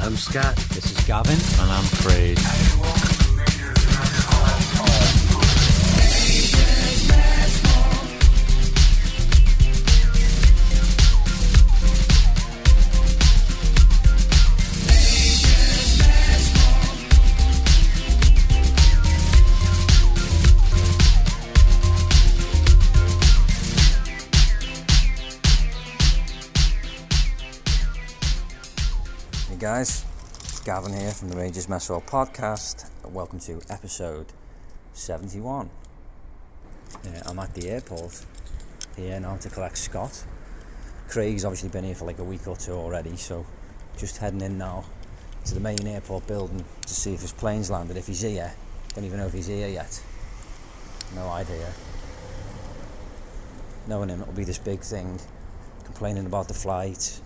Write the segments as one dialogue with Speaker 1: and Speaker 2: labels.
Speaker 1: I'm Scott.
Speaker 2: This is Gavin.
Speaker 3: And I'm Craig.
Speaker 4: Hey guys, Gavin here from the Rangers Mess Hall podcast. Welcome to episode 71. Uh, I'm at the airport here now to collect Scott. Craig's obviously been here for like a week or two already, so just heading in now to the main airport building to see if his plane's landed. If he's here, don't even know if he's here yet. No idea. Knowing him, it'll be this big thing complaining about the flight,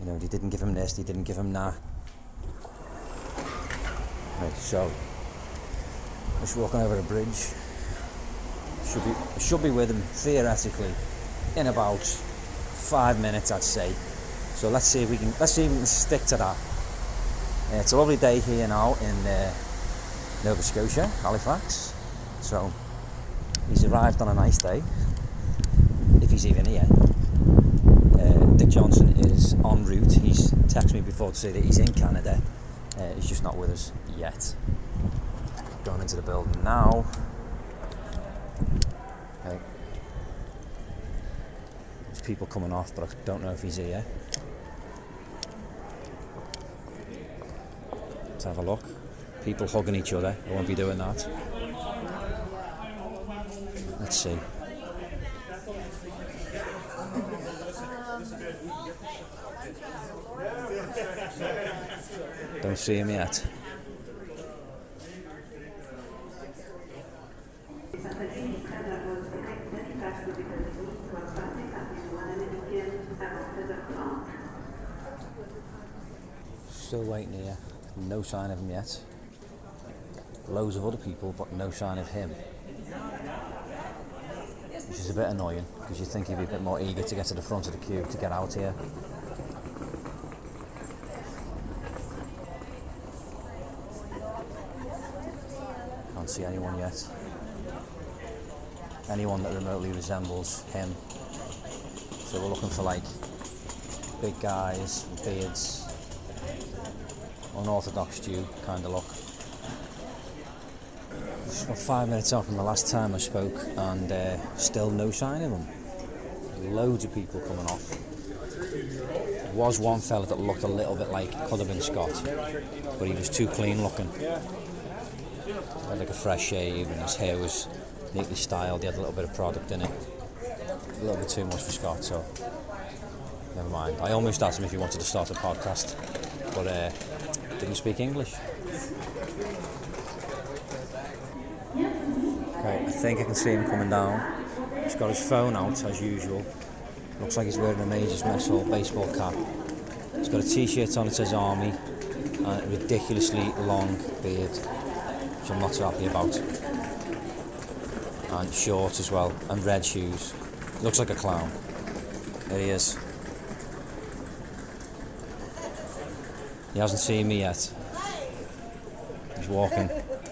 Speaker 4: you know, they didn't give him this, they didn't give him that. Right, so just walking over a bridge. Should be should be with him theoretically in about five minutes, I'd say. So let's see if we can let's see if we can stick to that. Uh, it's a lovely day here now in uh, Nova Scotia, Halifax. So he's arrived on a nice day, if he's even here uh, Dick Johnson is en route. He's texted me before to say that he's in Canada. Uh, he's just not with us yet. Going into the building now. Okay. There's people coming off, but I don't know if he's here. Let's have a look. People hugging each other. I won't be doing that. Let's see. Don't see him yet. Still waiting here. No sign of him yet. Loads of other people, but no sign of him. Which is a bit annoying because you think he'd be a bit more eager to get to the front of the queue to get out here. Can't see anyone yet. Anyone that remotely resembles him. So we're looking for like big guys with beards, unorthodox Jew kind of look. Just about five minutes out from the last time I spoke, and uh, still no sign of him. Loads of people coming off. There was one fella that looked a little bit like could have been Scott, but he was too clean looking had like a fresh shave and his hair was neatly styled. He had a little bit of product in it. A little bit too much for Scott, so never mind. I almost asked him if he wanted to start a podcast, but uh, didn't speak English. Okay, I think I can see him coming down. He's got his phone out as usual. Looks like he's wearing a Majors Mess Hall baseball cap. He's got a t-shirt on that says Army and a ridiculously long beard which I'm not so happy about. And shorts as well, and red shoes. Looks like a clown. There he is. He hasn't seen me yet. He's walking.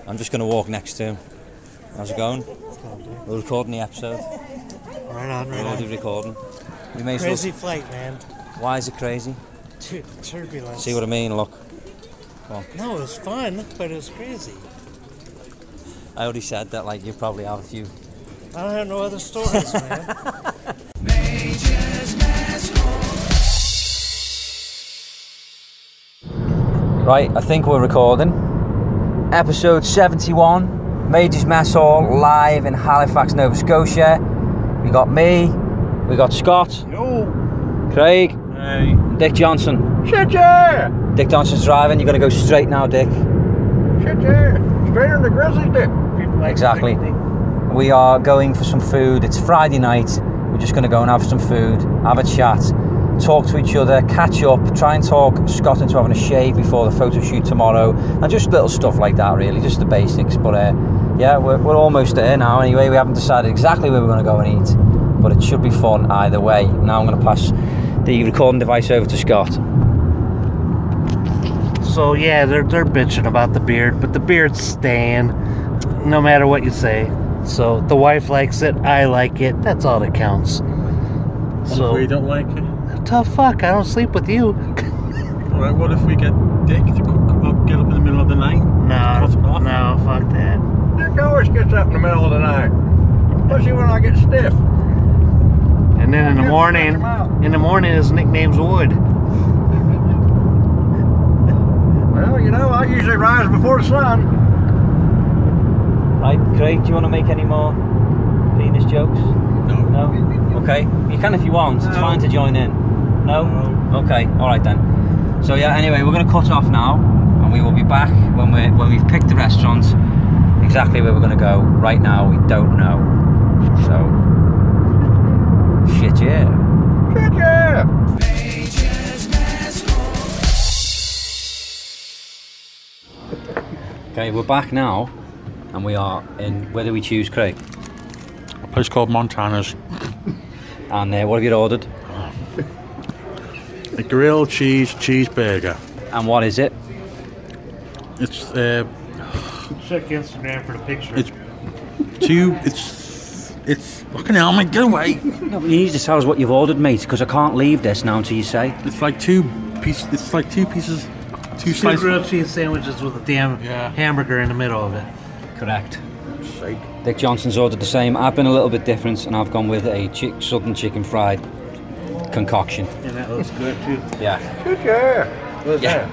Speaker 4: I'm just going to walk next to him. How's it going? We're recording the episode.
Speaker 5: Right on,
Speaker 4: We're
Speaker 5: right
Speaker 4: already
Speaker 5: on.
Speaker 4: recording. We may as well.
Speaker 5: Crazy flight, man.
Speaker 4: Why is it crazy?
Speaker 5: Dude, turbulence.
Speaker 4: See what I mean? Look,
Speaker 5: no, it was fun, but it was crazy.
Speaker 4: I already said that. Like you probably have a few.
Speaker 5: I don't have no other stories, man.
Speaker 4: Right, I think we're recording. Episode 71, Major's Mess Hall, live in Halifax, Nova Scotia. We got me, we got Scott, Craig, and Dick Johnson. Dick Johnson's driving, you're gonna go straight now, Dick.
Speaker 6: Straight on the grizzly dick.
Speaker 4: Exactly. We are going for some food. It's Friday night. We're just going to go and have some food, have a chat, talk to each other, catch up, try and talk Scott into having a shave before the photo shoot tomorrow, and just little stuff like that, really, just the basics. But uh, yeah, we're, we're almost there now anyway. We haven't decided exactly where we're going to go and eat, but it should be fun either way. Now I'm going to pass the recording device over to Scott.
Speaker 5: So yeah, they're they're bitching about the beard, but the beard's staying, no matter what you say. So the wife likes it, I like it. That's all that counts.
Speaker 6: What if we
Speaker 5: So
Speaker 6: don't like it?
Speaker 5: tough fuck. I don't sleep with you.
Speaker 6: All right, what if we get Dick to cook, up, get up in the middle of the night?
Speaker 5: No,
Speaker 6: Cut it off?
Speaker 5: no, fuck that.
Speaker 7: Dick always gets up in the middle of the night. Especially when I get stiff.
Speaker 5: And then in the
Speaker 7: Yeah,
Speaker 5: morning,
Speaker 7: punch 'em out.
Speaker 5: in the morning, his nickname's Wood.
Speaker 7: Well, you know, I usually rise before the sun.
Speaker 4: Right, Craig, do you want to make any more penis jokes?
Speaker 6: No.
Speaker 4: No? Okay. You can if you want. It's
Speaker 6: No.
Speaker 4: fine to join in. No? Okay. All right then. So yeah. Anyway, we're going to cut off now, and we will be back when we when we've picked the restaurant. Exactly where we're going to go. Right now, we don't know. So. Shit, yeah.
Speaker 7: Shit, yeah.
Speaker 4: Okay, we're back now, and we are in. Where do we choose, Craig?
Speaker 6: A place called Montana's.
Speaker 4: And uh, what have you ordered?
Speaker 6: A grilled cheese cheeseburger.
Speaker 4: And what is it?
Speaker 6: It's uh,
Speaker 5: Check Instagram for the picture.
Speaker 6: It's- two. It's it's fucking hell, mate. Get away.
Speaker 4: No, but you need to tell us what you've ordered, mate, because I can't leave this now until you say.
Speaker 6: It's like two pieces. It's like two pieces. Two
Speaker 5: Two
Speaker 6: slices.
Speaker 5: grilled cheese sandwiches with a damn
Speaker 6: Yeah.
Speaker 5: hamburger in the middle of it.
Speaker 4: Correct. Dick Johnson's ordered the same. I've been a little bit different, and I've gone with a chick, southern chicken fried concoction.
Speaker 5: And that looks good too.
Speaker 4: Yeah,
Speaker 7: Shit, yeah. What's
Speaker 4: Yeah.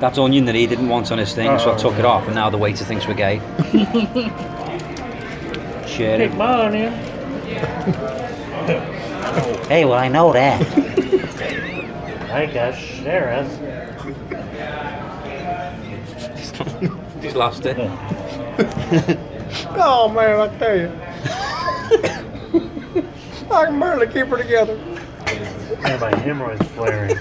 Speaker 4: that's onion that he didn't want on his thing, so I took it off, and now the waiter thinks we're gay. Sharing.
Speaker 5: mine in.
Speaker 4: Hey, well I know that.
Speaker 5: I guess sheriff.
Speaker 4: He's lost it.
Speaker 7: that? Oh, man, I tell you. I can barely keep her together.
Speaker 5: And my hemorrhoids flaring.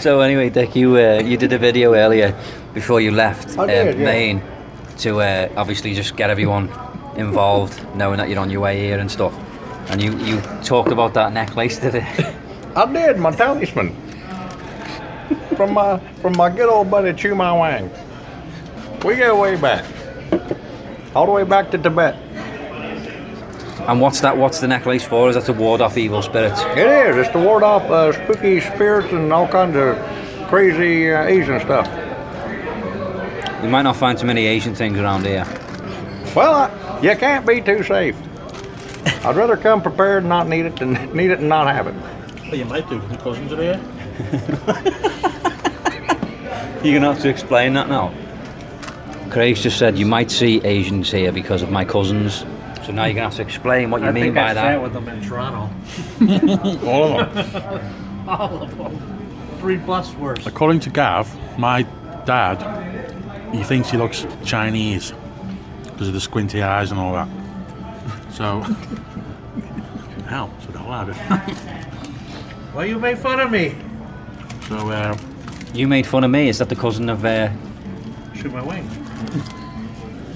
Speaker 4: So anyway, Dick, you uh, you did a video earlier before you left um,
Speaker 7: I did, yeah.
Speaker 4: Maine to uh, obviously just get everyone involved, knowing that you're on your way here and stuff. And you, you talked about that necklace, did it?
Speaker 7: I did my talisman from my from my good old buddy Chu My Wang. We go way back, all the way back to Tibet.
Speaker 4: And what's that? What's the necklace for? Is that to ward off evil spirits?
Speaker 7: It is. It's to ward off uh, spooky spirits and all kinds of crazy uh, Asian stuff.
Speaker 4: You might not find too many Asian things around here.
Speaker 7: Well, I, you can't be too safe. I'd rather come prepared and not need it than need it and not have it.
Speaker 6: You might do. Your cousins are here.
Speaker 4: You're gonna have to explain that now. Craig's just said you might see Asians here because of my cousins. So now you're gonna have to explain what you
Speaker 5: I
Speaker 4: mean
Speaker 5: think
Speaker 4: by
Speaker 5: I
Speaker 4: that.
Speaker 5: sat with them in Toronto.
Speaker 6: All of them.
Speaker 5: All of them. Three plus worse.
Speaker 6: According to Gav, my dad, he thinks he looks Chinese because of the squinty eyes and all that. So, hell, so the hell out of it.
Speaker 5: Well, you made fun of me.
Speaker 6: So, uh,
Speaker 4: You made fun of me. Is that the cousin of uh,
Speaker 5: Shoot my wing.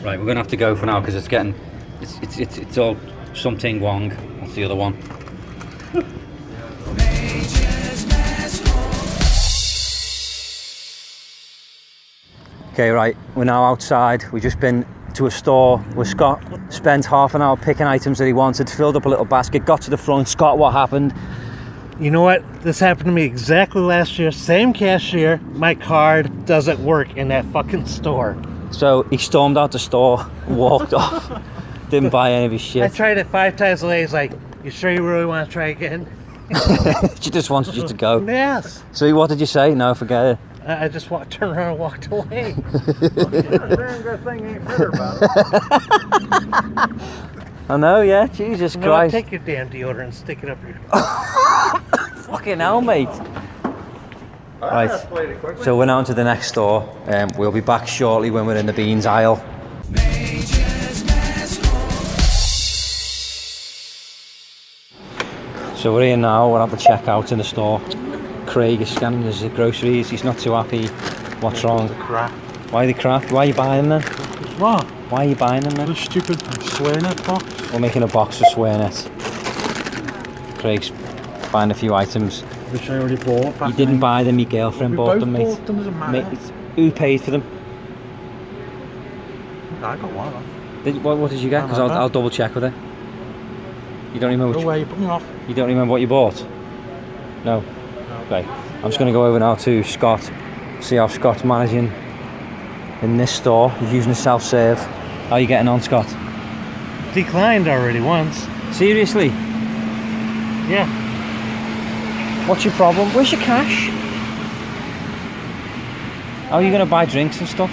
Speaker 4: Right, we're gonna have to go for now because it's getting, it's it's it's, it's all something wrong. That's the other one. okay, right. We're now outside. We've just been to a store with Scott. Spent half an hour picking items that he wanted. Filled up a little basket. Got to the front. Scott, what happened?
Speaker 5: You know what? This happened to me exactly last year. Same cashier. My card doesn't work in that fucking store.
Speaker 4: So he stormed out the store, walked off, didn't buy any of his
Speaker 5: I
Speaker 4: shit.
Speaker 5: tried it five times later. He's like, "You sure you really want to try again?"
Speaker 4: She just wanted you to go.
Speaker 5: Oh. Yes.
Speaker 4: So what did you say? No, forget it.
Speaker 5: I I just walked, turned around, and walked away.
Speaker 7: Damn good thing ain't bitter about it.
Speaker 4: I know, yeah. Jesus
Speaker 5: You know what?
Speaker 4: Christ.
Speaker 5: Take your damn deodorant and stick it up your.
Speaker 4: Fucking hell, mate. Right.
Speaker 7: escalated quickly.
Speaker 4: So we're now to the next store. Um, we'll be back shortly when we're in the beans aisle. So we're here now. We're at the checkout in the store. Craig is scanning his groceries. He's not too happy. What's wrong?
Speaker 6: crap.
Speaker 4: Why the crap? Why are you buying them? then?
Speaker 6: What?
Speaker 4: Why are you buying them? then?
Speaker 6: What a stupid slayer box.
Speaker 4: We're making a box of swear net. Craig's buying a few items.
Speaker 8: which I already bought. Back
Speaker 4: You didn't
Speaker 8: in-
Speaker 4: buy them, your girlfriend
Speaker 8: We
Speaker 4: bought
Speaker 8: both
Speaker 4: them, mate.
Speaker 8: bought them, doesn't matter.
Speaker 4: mate. Who paid for them?
Speaker 8: I got one. of them.
Speaker 4: Did, what, what did you get? Because I'll, I'll double check with her. You don't remember
Speaker 8: No
Speaker 4: which,
Speaker 8: way, you put me off.
Speaker 4: you don't remember what you bought? No. Okay. I'm just going to go over now to Scott, see how Scott's managing in this store. He's using a self serve. How are you getting on, Scott?
Speaker 5: Declined already once.
Speaker 4: Seriously,
Speaker 5: Yeah.
Speaker 4: what's your problem? Where's your cash? How are you going to buy drinks and stuff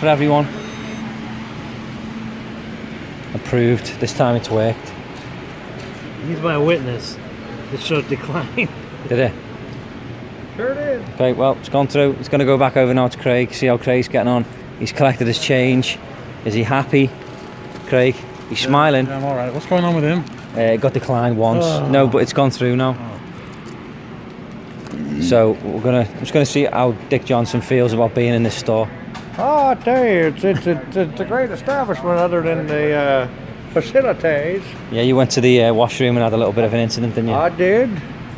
Speaker 4: for everyone? Approved. This time it's worked.
Speaker 5: He's my witness. It showed decline.
Speaker 4: Did it?
Speaker 6: Sure did.
Speaker 4: Okay, well, it's gone through. It's going to go back over now to Craig, see how Craig's getting on. He's collected his change. Is he happy? Craig, he's smiling.
Speaker 8: Yeah, I'm alright. What's going on with him?
Speaker 4: Uh, it got declined once. No, but it's gone through now. So we're gonna. I'm just gonna see how Dick Johnson feels about being in this store.
Speaker 6: Oh, I tell you, it's, it's, it's, it's a great establishment other than the uh, facilities.
Speaker 4: Yeah, you went to the uh, washroom and had a little bit of an incident, didn't you?
Speaker 6: I did,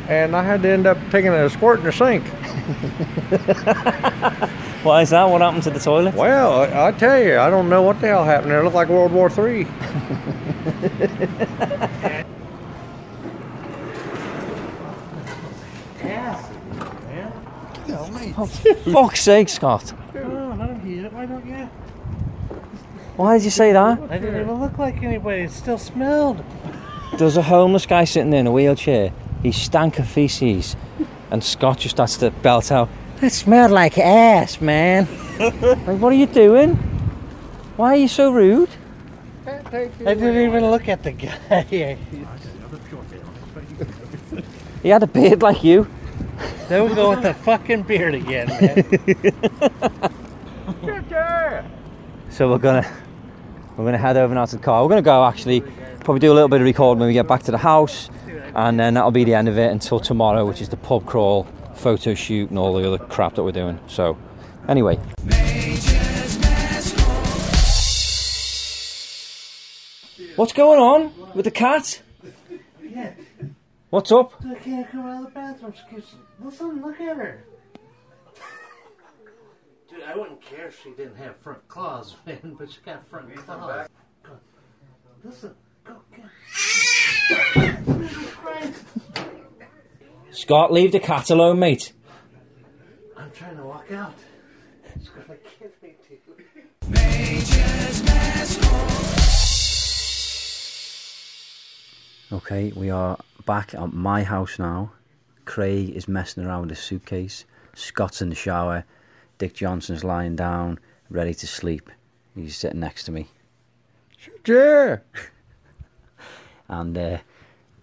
Speaker 6: and I had to end up taking a squirt in the sink.
Speaker 4: Why is that? What happened to the toilet?
Speaker 6: Well, I, I tell you, I don't know what the hell happened there. It looked like World War Three.
Speaker 4: Fuck's sake, Scott!
Speaker 5: Oh, I don't hear it. Why don't you?
Speaker 4: Why did you say that?
Speaker 5: I didn't even look like anybody. It still smelled.
Speaker 4: There's a homeless guy sitting there in a wheelchair. He stank of feces, and Scott just starts to belt out, "That smelled like ass, man." like, what are you doing? Why are you so rude?
Speaker 5: I didn't even look at the guy.
Speaker 4: He had a beard like you.
Speaker 5: there we go with the fucking beard again, man.
Speaker 4: So we're gonna we're gonna head over now to the car. We're gonna go actually probably do a little bit of recording when we get back to the house, and then that'll be the end of it until tomorrow, which is the pub crawl, photo shoot, and all the other crap that we're doing. So anyway, what's going on with the cat? What's up?
Speaker 5: I can't come out of the bathroom. She keeps, listen, look at her. Dude, I wouldn't care if she didn't have front claws, man, but she got front claws. Go. Listen, go get
Speaker 4: Scott, leave the cat alone, mate.
Speaker 5: I'm trying to walk out. She's gonna kill me, dude.
Speaker 4: Okay, we are back at my house now. Craig is messing around with his suitcase. Scott's in the shower. Dick Johnson's lying down, ready to sleep. He's sitting next to me.
Speaker 6: Yeah.
Speaker 4: And uh,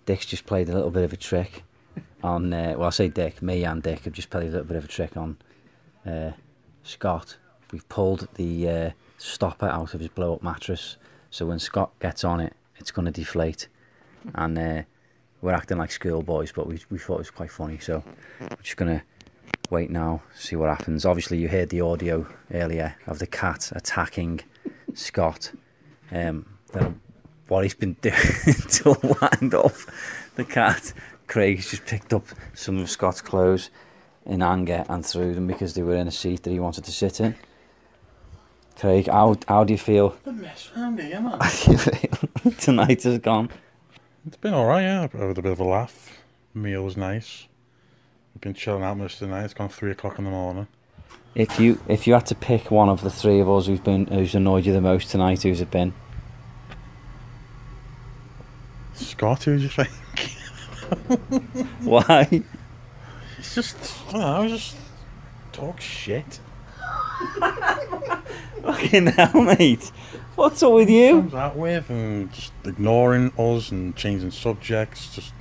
Speaker 4: Dick's just played a little bit of a trick on, uh, well, I say Dick, me and Dick have just played a little bit of a trick on uh, Scott. We've pulled the uh, stopper out of his blow up mattress. So when Scott gets on it, it's going to deflate. And uh, we're acting like schoolboys, but we, we thought it was quite funny. So we're just going to wait now, see what happens. Obviously, you heard the audio earlier of the cat attacking Scott. Um, don't know what he's been doing to wind up the cat. Craig's just picked up some of Scott's clothes in anger and threw them because they were in a seat that he wanted to sit in. Craig, how, how do you feel?
Speaker 8: The mess around here, man.
Speaker 4: How do you feel? Tonight has gone.
Speaker 8: It's been alright, yeah. I've had a bit of a laugh. Meal was nice. I've been chilling out most of the night. It's gone three o'clock in the morning.
Speaker 4: If you if you had to pick one of the three of us who's been who's annoyed you the most tonight, who's it been?
Speaker 8: Scott, who's your think?
Speaker 4: Why?
Speaker 8: It's just, I don't know, just talk shit.
Speaker 4: Fucking hell, mate. What's up with you?
Speaker 8: Comes out with and just ignoring us and changing subjects. Just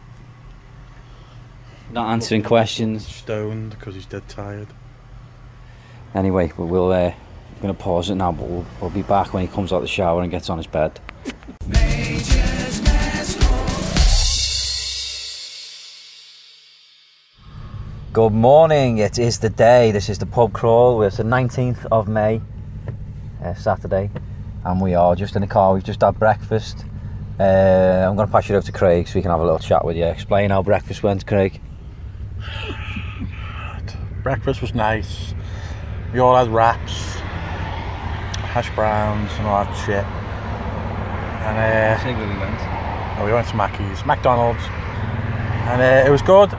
Speaker 4: Not answering questions.
Speaker 8: stoned because he's dead tired.
Speaker 4: Anyway, we will. Uh, I'm going to pause it now, but we'll, we'll be back when he comes out of the shower and gets on his bed. Good morning. It is the day. This is the pub crawl. It's the 19th of May, uh, Saturday, and we are just in the car. We've just had breakfast. Uh, I'm going to pass you over to Craig so we can have a little chat with you. Explain how breakfast went, Craig.
Speaker 8: Breakfast was nice. We all had wraps, hash browns, and all that shit. And uh,
Speaker 4: Say where we went.
Speaker 8: And we went to Mackey's, McDonald's, and uh, it was good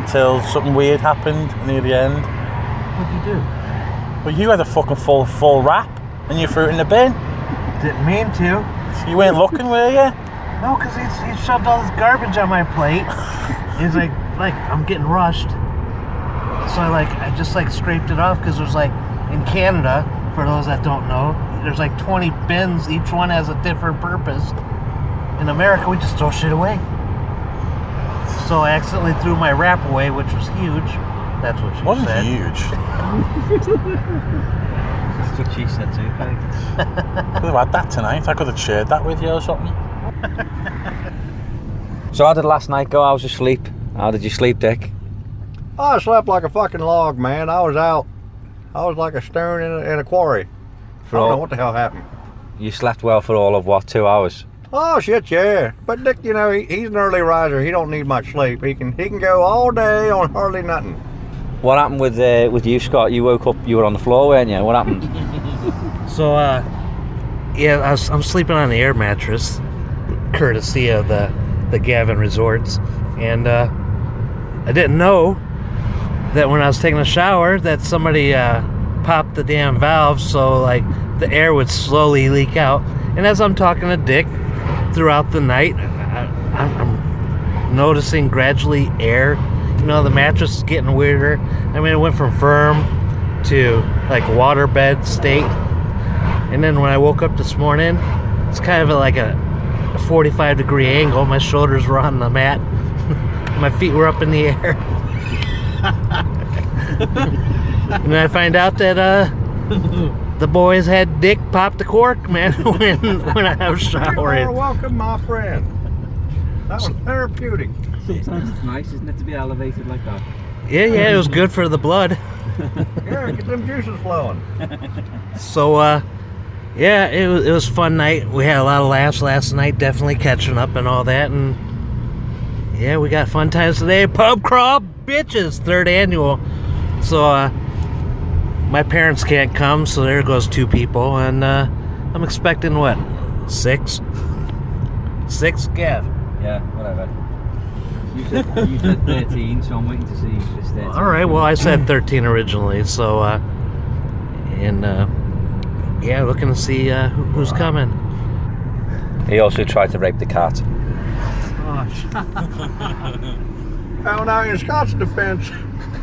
Speaker 8: until something weird happened near the end.
Speaker 5: What'd you do?
Speaker 8: Well, you had a fucking full full wrap and you threw it in the bin.
Speaker 5: Didn't mean to.
Speaker 8: You weren't looking, were you?
Speaker 5: No, because he's, he shoved all this garbage on my plate. he's like, like I'm getting rushed. So I like, I just like scraped it off because there's like, in Canada, for those that don't know, there's like 20 bins. Each one has a different purpose. In America, we just throw shit away. So I accidentally threw my wrap away, which was huge. That's what she
Speaker 8: Wasn't
Speaker 5: said.
Speaker 8: huge.
Speaker 4: That's what she said too, Craig.
Speaker 8: Could have had that tonight. I could have shared that with you or something.
Speaker 4: So how did last night go? I was asleep. How did you sleep, Dick?
Speaker 6: I slept like a fucking log, man. I was out. I was like a stone in a, in a quarry. I don't know what the hell happened.
Speaker 4: You slept well for all of what, two hours?
Speaker 6: Oh shit, yeah. But Dick, you know, he, he's an early riser. He don't need much sleep. He can he can go all day on hardly nothing.
Speaker 4: What happened with uh, with you, Scott? You woke up, you were on the floor, weren't you? What happened?
Speaker 5: So, uh, yeah, I was, I'm sleeping on the air mattress, courtesy of the, the Gavin Resorts. And uh, I didn't know that when I was taking a shower that somebody uh, popped the damn valve so, like, the air would slowly leak out. And as I'm talking to Dick throughout the night, I, I'm, I'm noticing gradually air. You know, the mattress is getting weirder. I mean, it went from firm to, like, waterbed state. And then when I woke up this morning, it's kind of like a 45 degree angle. My shoulders were on the mat, my feet were up in the air. and then I find out that uh, the boys had Dick pop the cork, man, when, when I was
Speaker 6: You are
Speaker 5: showering.
Speaker 6: welcome, my friend. That was therapeutic.
Speaker 4: Sometimes it's nice, isn't it, to be elevated like that?
Speaker 5: Yeah, yeah, it was good for the blood.
Speaker 6: Yeah, get them juices flowing.
Speaker 5: So, uh, yeah, it was, it was a fun night. We had a lot of laughs last night, definitely catching up and all that. And yeah, we got fun times today. Pub crawl, bitches, third annual. So, uh, my parents can't come, so there goes two people. And uh, I'm expecting what? Six? Six, Gav.
Speaker 4: Yeah, whatever. You said, you said 13, so I'm waiting to see if it's 13.
Speaker 5: All right. Well, I said 13 originally, so uh, and uh, yeah, looking to see uh, who- who's coming.
Speaker 4: He also tried to rape the cat.
Speaker 6: Oh, now in Scott's defense,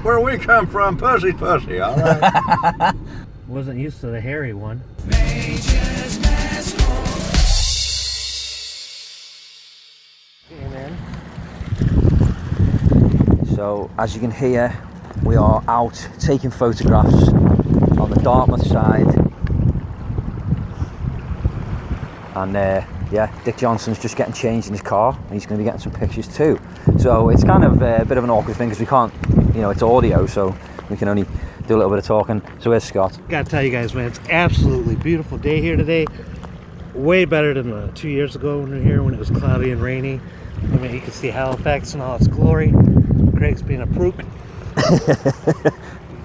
Speaker 6: where we come from, pussy's pussy, all right?
Speaker 5: Wasn't used to the hairy one.
Speaker 4: So, as you can hear, we are out taking photographs on the Dartmouth side. And uh, yeah, Dick Johnson's just getting changed in his car and he's going to be getting some pictures too. So, it's kind of uh, a bit of an awkward thing because we can't, you know, it's audio, so we can only do a little bit of talking. So, here's Scott.
Speaker 5: Gotta tell you guys, man, it's absolutely beautiful day here today. Way better than uh, two years ago when we were here when it was cloudy and rainy. I mean, you could see Halifax in all its glory. Craig's being a prook.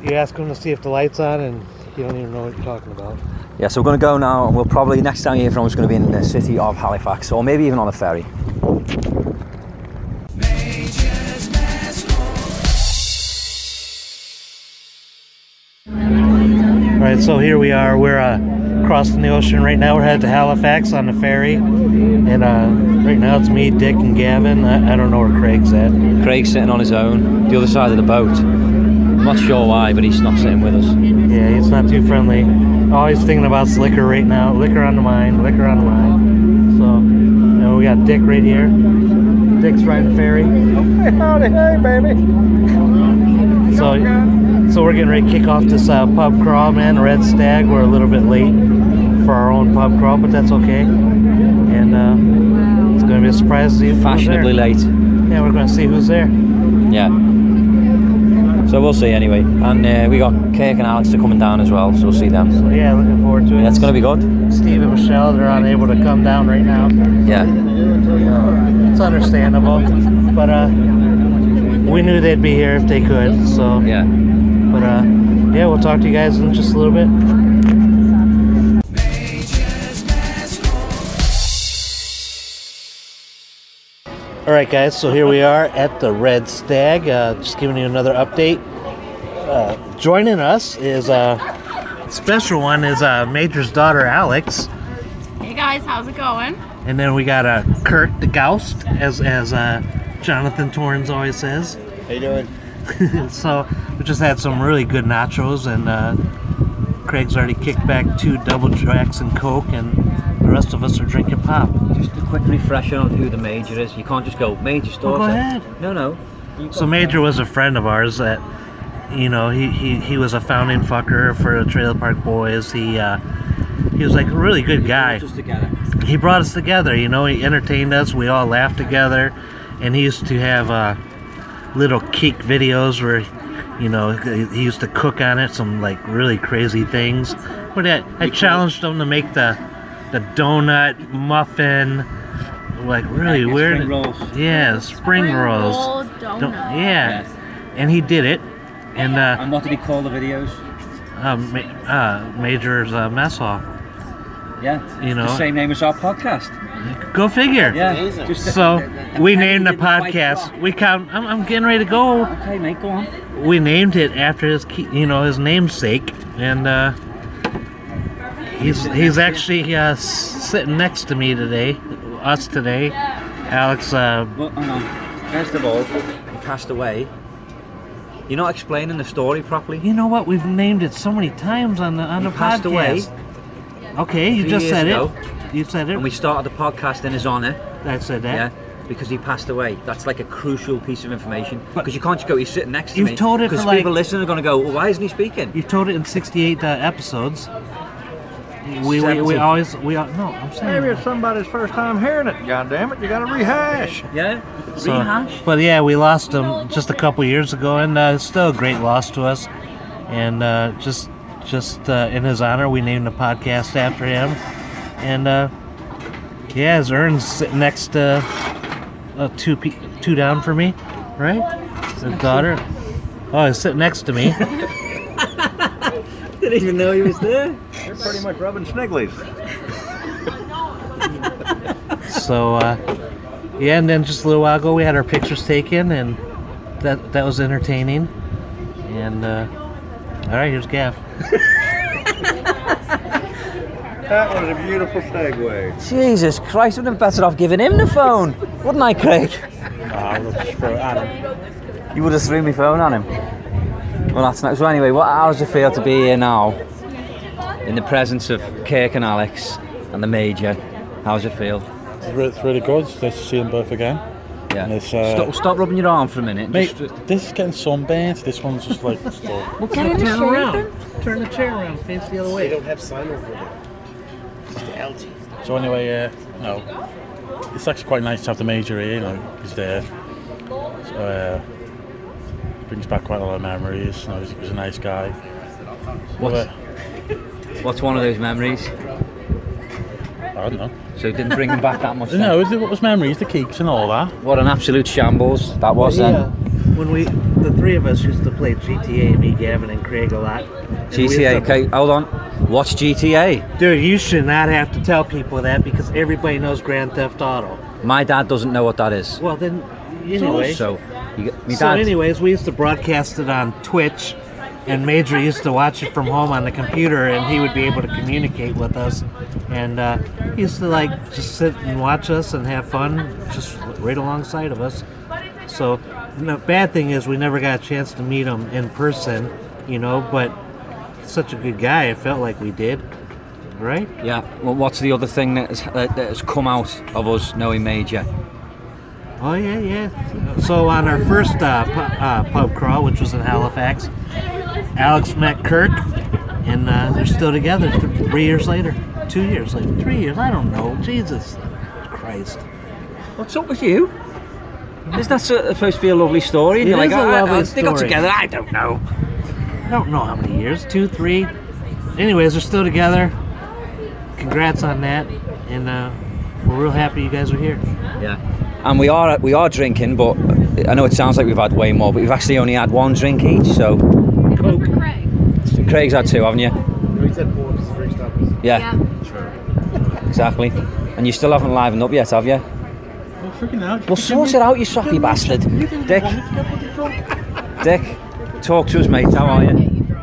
Speaker 5: you ask him to see if the light's on, and you don't even know what you're talking about.
Speaker 4: Yeah, so we're going to go now, and we'll probably next time you hear from us, going to be in the city of Halifax, or maybe even on a ferry.
Speaker 5: All right, so here we are. We're uh, crossing the ocean right now. We're headed to Halifax on the ferry, and uh, right now it's me, Dick, and Gavin. I, I don't know where Craig's at.
Speaker 4: Craig's sitting on his own, the other side of the boat. I'm not sure why, but he's not sitting with us.
Speaker 5: Yeah, he's not too friendly. Always thinking about liquor right now. Liquor on the mind. Liquor on the mind. So, and we got Dick right here. Dick's riding the ferry.
Speaker 6: Hey, howdy, hey, baby.
Speaker 5: So, so we're getting ready to kick off this uh, pub crawl, man. Red Stag. We're a little bit late for our own pub crawl, but that's okay. And uh, it's going to be a surprise to see who's there.
Speaker 4: Fashionably late.
Speaker 5: Yeah, we're going to see who's there.
Speaker 4: Yeah. So we'll see anyway. And uh, we got Kirk and Alex are coming down as well, so we'll see them.
Speaker 5: Yeah, looking forward to it.
Speaker 4: That's going to be good.
Speaker 5: Steve and Michelle, they're unable to come down right now.
Speaker 4: Yeah.
Speaker 5: It's understandable, but uh, we knew they'd be here if they could. So
Speaker 4: Yeah.
Speaker 5: But uh, yeah, we'll talk to you guys in just a little bit. All right, guys. So here we are at the Red Stag. Uh, just giving you another update. Uh, joining us is uh, special one is uh, Major's daughter Alex,
Speaker 9: Hey guys, how's it going?
Speaker 5: and then we got uh, Kurt the Goust, as as uh, Jonathan Torrens always says.
Speaker 10: How you doing?
Speaker 5: so we just had some really good nachos, and uh, Craig's already kicked back two double tracks and Coke, and the rest of us are drinking pop.
Speaker 4: Just a quick refresher on who the major is. You can't just Oh, go major store.
Speaker 5: go ahead.
Speaker 4: No, no.
Speaker 5: So Major was a friend of ours that, you know, he, he, he was a founding fucker for the Trailer Park Boys. He uh, he was like a really good guy.
Speaker 4: Just together.
Speaker 5: he brought us together. You know, he entertained us. We all laughed together, and he used to have uh, little geek videos where, you know, he he used to cook on it some like really crazy things. But I, I challenged him to make the the donut muffin, like really
Speaker 4: Yeah,
Speaker 5: weird.
Speaker 4: spring rolls.
Speaker 5: Yeah, spring rolls.
Speaker 9: roll
Speaker 5: Don't-
Speaker 9: donut.
Speaker 5: yeah,
Speaker 4: Yes.
Speaker 5: and he did it. And uh,
Speaker 4: And what did he call the videos?
Speaker 5: uh, ma- uh, Major's uh, mess hall.
Speaker 4: Yeah.
Speaker 5: You know.
Speaker 4: The same name as our podcast.
Speaker 5: Go figure.
Speaker 4: Yeah.
Speaker 5: So we named the podcast.
Speaker 4: podcast.
Speaker 5: We count. I'm, I'm getting ready to go.
Speaker 4: Okay, mate, go on.
Speaker 5: We named it after his, ke- you know, his namesake, and uh, he's he's actually uh, s- sitting next to me today, us today. Alex, uh,
Speaker 4: Well, hang on. First of all, he passed away. You're not explaining the story properly.
Speaker 5: you know what? We've named it so many times on the on
Speaker 4: He
Speaker 5: the
Speaker 4: passed away.
Speaker 5: podcast. Okay, you
Speaker 4: Three
Speaker 5: just
Speaker 4: years
Speaker 5: said
Speaker 4: ago.
Speaker 5: it. You said it.
Speaker 4: And we started the podcast in his honour.
Speaker 5: I said that.
Speaker 4: Yeah. Because he passed away. That's like a crucial piece of information. Because you can't just go, he's sitting next to
Speaker 5: You've
Speaker 4: me.
Speaker 5: told it for,
Speaker 4: Because
Speaker 5: like-
Speaker 4: people listening are going to go, well, why isn't he speaking?
Speaker 5: You've told it in 68 uh, episodes. We, we, we
Speaker 4: 70.
Speaker 5: always we al- no I'm saying
Speaker 10: Maybe it's somebody's first time hearing it. God damn it, you gotta rehash.
Speaker 4: Yeah?
Speaker 5: So-
Speaker 4: Rehash?
Speaker 5: But yeah, we lost him just a couple years ago, and uh, it's still a great loss to us. And uh, just just uh, in his honor, we named the podcast after him. And uh, yeah, his urn's sitting next to uh, two pe- two down for me, right? His daughter. Oh, he's sitting next to me.
Speaker 4: Didn't even know he was there.
Speaker 10: You're pretty much rubbing snigglies.
Speaker 5: so uh, yeah, and then just a little while ago, we had our pictures taken, and that that was entertaining. And uh, all right, here's Gav.
Speaker 10: That was a beautiful segue.
Speaker 4: Jesus Christ, would have been better off giving him the phone, wouldn't I, Craig? You would have threw my phone on him. Well, that's not. So, anyway, what, how does it feel to be here now in the presence of Kirk and Alex and the Major? How does it feel?
Speaker 8: It's re- it's really good. It's nice to see them both again.
Speaker 4: Yeah.
Speaker 8: It's, uh,
Speaker 4: stop, stop rubbing your arm for a minute. and
Speaker 8: Mate,
Speaker 4: just- uh,
Speaker 8: this is getting sunburnt. This one's just like. still-
Speaker 9: Well, get in
Speaker 5: Turn
Speaker 9: the
Speaker 5: around. Turn the chair around. Face the other way.
Speaker 8: So anyway, uh, no, it's actually quite nice to have the major here. Like he's there, so, uh, brings back quite a lot of memories. You know, he's- he was a nice guy.
Speaker 4: What's,
Speaker 8: But,
Speaker 4: what's one of those memories?
Speaker 8: I don't know.
Speaker 4: So, it didn't bring him back that much. then.
Speaker 8: No, it was memories, the cakes and all that.
Speaker 4: What an absolute shambles that was then.
Speaker 5: When we, the three of us used to play GTA, me, Gavin, and Craig a lot. And we used
Speaker 4: GTA,
Speaker 5: to-
Speaker 4: okay, hold on. What's GTA?
Speaker 5: Dude, you should not have to tell people that because everybody knows Grand Theft Auto.
Speaker 4: My dad doesn't know what that is.
Speaker 5: Well, then, anyway.
Speaker 4: So, you, get- my
Speaker 5: So
Speaker 4: dad.
Speaker 5: anyways, we used to broadcast it on Twitch, and Major used to watch it from home on the computer, and he would be able to communicate with us. And uh, he used to like just sit and watch us and have fun, just right alongside of us. So the bad thing is we never got a chance to meet him in person, you know. But such a good guy, it felt like we did, right?
Speaker 4: Yeah. Well, what's the other thing that has, uh, that, that has come out of us knowing Major?
Speaker 5: Oh yeah, yeah. So on our first uh, pu- uh, pub crawl, which was in Halifax, Alex met Kirk, and uh, they're still together th- three years later, two years later, three years. I don't know. Jesus Christ.
Speaker 4: What's up with you? Is that so- supposed to be a lovely story? And
Speaker 5: It
Speaker 4: you're like,
Speaker 5: is a
Speaker 4: "Oh, I-
Speaker 5: lovely
Speaker 4: I- they got
Speaker 5: story."
Speaker 4: together. I don't know.
Speaker 5: I don't know how many years, two, three. Anyways, they're still together. congrats on that, and uh, we're real happy you guys are here.
Speaker 4: Yeah. And we are we are drinking, but I know it sounds like we've had way more, but we've actually only had one drink each. So
Speaker 9: For Craig.
Speaker 4: Craig's had two, haven't you?
Speaker 7: No, he said four because his drinks stopped.
Speaker 4: Yeah, exactly. And you still haven't livened up yet, have you?
Speaker 8: Well, freaking out.
Speaker 4: Well, sort it out, you soppy bastard. Dick. Dick, talk to us, mate. How are you?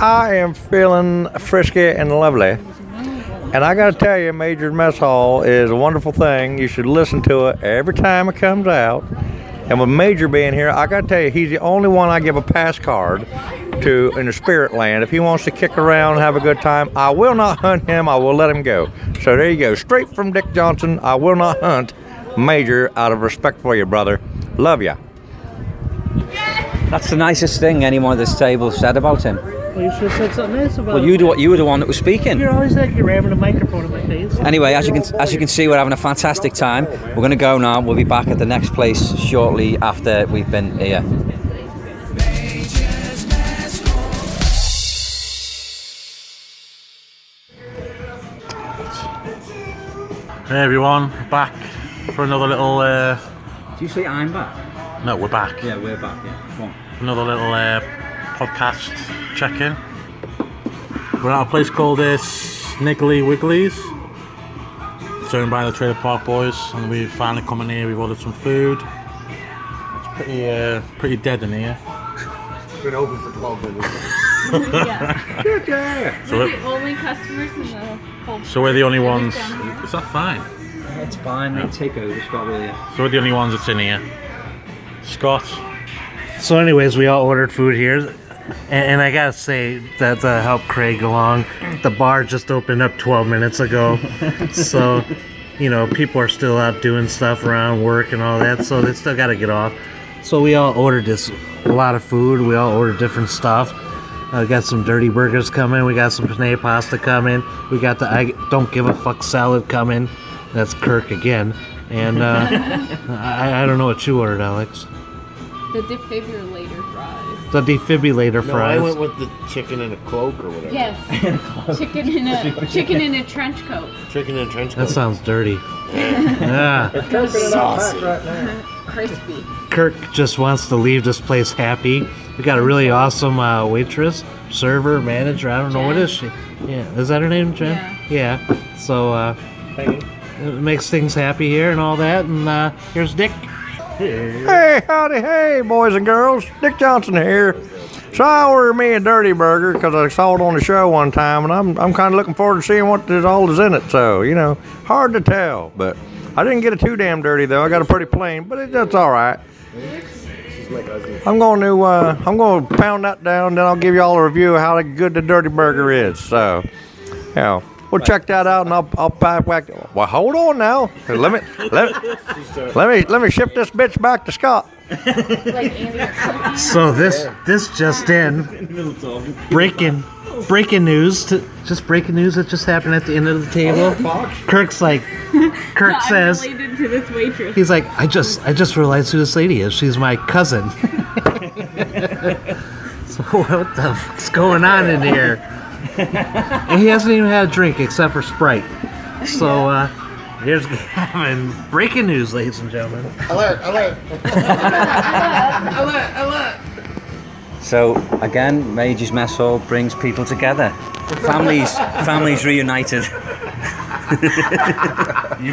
Speaker 7: I am feeling frisky and lovely. And I got to tell you, Major Mess Hall is a wonderful thing. You should listen to it every time it comes out. And with Major being here, I got to tell you, he's the only one I give a pass card to in the spirit land. If he wants to kick around and have a good time, I will not hunt him. I will let him go. So there you go. Straight from Dick Johnson, I will not hunt Major out of respect for you, brother. Love ya.
Speaker 4: That's the nicest thing anyone at this table said about him.
Speaker 11: Well, you should have said something nice about
Speaker 4: Well,
Speaker 11: it.
Speaker 4: you do what you were the one that was speaking.
Speaker 11: You're always like you're ramming a microphone in my face.
Speaker 4: Anyway, as you can as you can see, we're having a fantastic time. We're going to go now. We'll be back at the next place shortly after we've been here.
Speaker 8: Hey everyone, back for another little. Uh,
Speaker 4: Do you say I'm back?
Speaker 8: no, we're back.
Speaker 4: Yeah, we're back. Yeah, come on.
Speaker 8: Another little uh, podcast check in. We're at a place called uh, Sniggly Wiggly's. It's owned by the Trailer Park Boys, and we've finally come in here. We've ordered some food. It's pretty, uh, pretty dead in here.
Speaker 7: Been open for 12 minutes.
Speaker 9: yeah.
Speaker 8: So
Speaker 9: We're
Speaker 8: we're,
Speaker 9: the only customers in the whole
Speaker 8: so we're the only ones.
Speaker 9: down here.
Speaker 8: Is that fine?
Speaker 4: It's fine, mate. Take over, Scott, will you?
Speaker 8: So we're the only ones that's in here. Scott,
Speaker 5: So, anyways, we all ordered food here, and, and I gotta say that uh, helped Craig along. The bar just opened up 12 minutes ago, so you know people are still out doing stuff around work and all that, so they still gotta get off. So we all ordered this a lot of food. We all ordered different stuff. Uh, we got some dirty burgers coming. We got some penne pasta coming. We got the I don't give a fuck salad coming. That's Kirk again. And uh, I, I don't know what you ordered, Alex.
Speaker 9: The defibrillator fries.
Speaker 5: The defibrillator
Speaker 7: No,
Speaker 5: fries.
Speaker 7: I went with the chicken in a cloak or whatever.
Speaker 9: Yes. chicken in a chicken in a trench coat.
Speaker 7: Chicken in a trench
Speaker 5: that
Speaker 7: coat.
Speaker 5: sounds dirty. ah,
Speaker 9: Crispy.
Speaker 5: Kirk just wants to leave this place happy. We got a really awesome uh, waitress, server, manager. I don't know what
Speaker 9: Jen.
Speaker 5: is she. Yeah, is that her name, Jen? Yeah. So uh, it makes things happy here and all that. And uh, here's Dick.
Speaker 7: Hey, howdy, hey, boys and girls. Dick Johnson here. So I ordered me a dirty burger because I saw it on the show one time, and I'm, I'm kind of looking forward to seeing what is all is in it. So you know, hard to tell, but I didn't get it too damn dirty though. I got a pretty plain, but it, that's all right. I'm going to uh, I'm going to pound that down, then I'll give you all a review of how good the dirty burger is. So, you know, we'll check that out, and I'll I'll pipe back. Well, hold on now. Let me let, let me let me shift this bitch back to Scott.
Speaker 9: Like alien.
Speaker 5: So this this just in breaking breaking news to just breaking news that just happened at the end of the table. Kirk's like Kirk says
Speaker 9: I'm related to this waitress.
Speaker 5: He's like, I just, I just realized who this lady is. She's my cousin. so what the fuck's going on in here? and he hasn't even had a drink except for Sprite. So uh, here's Gavin. Breaking news, ladies and gentlemen.
Speaker 4: So again, Major's Mess Hall brings people together. Families, families reunited.
Speaker 5: You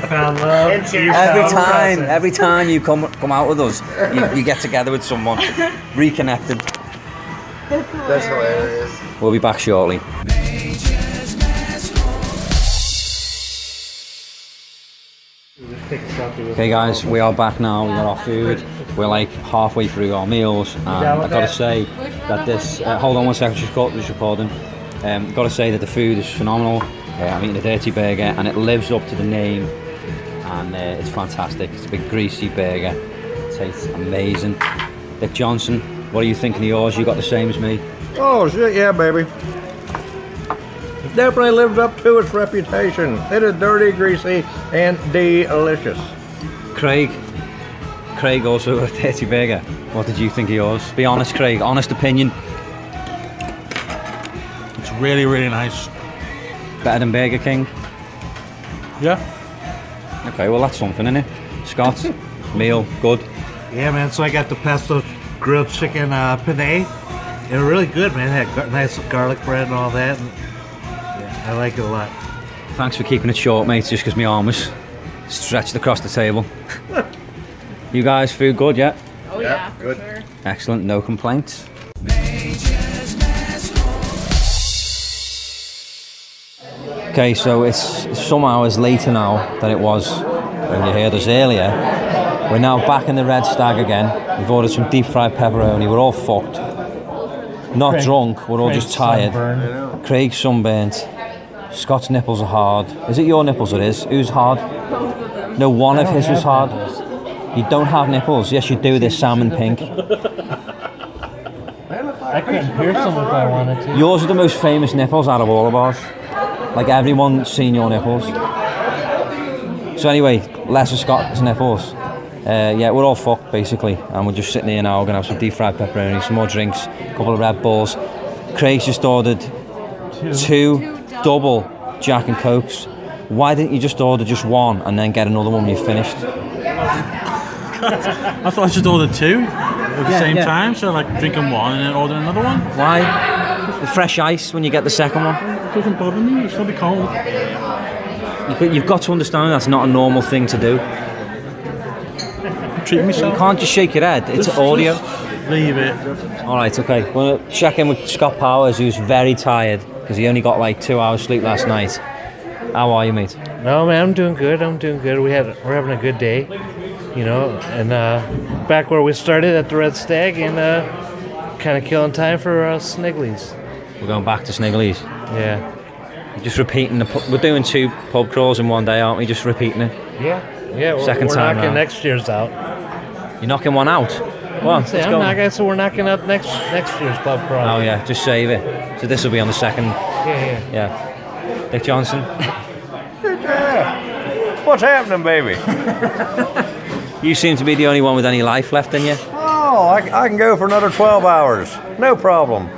Speaker 5: found love. You
Speaker 4: Every
Speaker 5: found
Speaker 4: time,
Speaker 5: cousin.
Speaker 4: every time you come come out with us, you, you get together with someone, reconnected.
Speaker 9: That's hilarious.
Speaker 4: We'll be back shortly. Okay, guys, we are back now. We got our food. We're like halfway through our meals, and I gotta say that this. Uh, hold on one second, just caught just recording. Um, gotta say that the food is phenomenal. Uh, I'm eating a dirty burger, and it lives up to the name, and uh, it's fantastic. It's a big greasy burger. It tastes amazing. Dick Johnson, what are you thinking of yours? You got the same as me.
Speaker 7: Oh shit, yeah, baby. Definitely lives up to its reputation. It is dirty, greasy, and delicious.
Speaker 4: Craig. Craig also a dirty burger. What did you think of yours? Be honest, Craig. Honest opinion.
Speaker 8: it's really, really nice.
Speaker 4: Better than Burger King.
Speaker 8: Yeah.
Speaker 4: Okay, well that's something, isn't it? Scott, meal, good.
Speaker 5: Yeah, man. So I got the pesto grilled chicken uh, penne. It was really good, man. It had gar- nice garlic bread and all that. And, yeah, I like it a lot.
Speaker 4: Thanks for keeping it short, mate, just 'cause my arm was stretched across the table. you guys, food good, yeah?
Speaker 9: Oh yeah, for sure.
Speaker 4: Excellent, no complaints. Okay, so it's some hours later now than it was when you heard us earlier. We're now back in the Red Stag again. We've ordered some deep fried pepperoni. We're all fucked. Not drunk, we're all just tired. Craig's sunburnt. Scott's nipples are hard. Is it your nipples it is? Who's hard? No, one of his was hard. You don't have nipples. Yes, you do. They're salmon pink.
Speaker 11: I couldn't hear someone if I wanted to.
Speaker 4: Yours are the most famous nipples out of all of ours. Like everyone's seen your nipples. So anyway, less of Scott's nipples. Uh, yeah, we're all fucked basically, and we're just sitting here now. We're gonna have some deep fried pepperoni, some more drinks, a couple of Red Bulls. Craig's just ordered two, double Jack and Cokes. Why didn't you just order just one and then get another one when you finished?
Speaker 8: I thought I should order two at the same time, so like drinking one and then order another one.
Speaker 4: Why? The fresh ice when you get the second one.
Speaker 8: It doesn't bother me. It's gonna be cold.
Speaker 4: You could- You've got to understand that's not a normal thing to do.
Speaker 8: Treat
Speaker 4: You
Speaker 8: myself.
Speaker 4: can't just shake your head. It's audio.
Speaker 8: Leave it.
Speaker 4: All right, okay. We're gonna check in with Scott Powers, who's very tired because he only got like two hours sleep last night. How are you, mate?
Speaker 5: No, man, I'm doing good. I'm doing good. We had we're having a good day, you know. And uh, back where we started at the Red Stag, and uh, kind of killing time for uh, Snigglies.
Speaker 4: We're going back to Sniggly's.
Speaker 5: Yeah,
Speaker 4: Just repeating the. Pu- we're doing two pub crawls in one day, aren't we? Just repeating it.
Speaker 5: yeah, yeah. We're,
Speaker 4: Second
Speaker 5: we're
Speaker 4: time
Speaker 5: knocking
Speaker 4: now.
Speaker 5: next year's out.
Speaker 4: You're knocking one out. What?
Speaker 5: Say, I'm knocking. So we're knocking up next next year's pub crawl.
Speaker 4: Oh yeah, just save it. So this will be on the second.
Speaker 5: yeah,
Speaker 4: Yeah. Dick Johnson,
Speaker 7: What's happening, baby?
Speaker 4: you seem to be the only one with any life left in you.
Speaker 7: Oh, I, I can go for another 12 hours. No problem.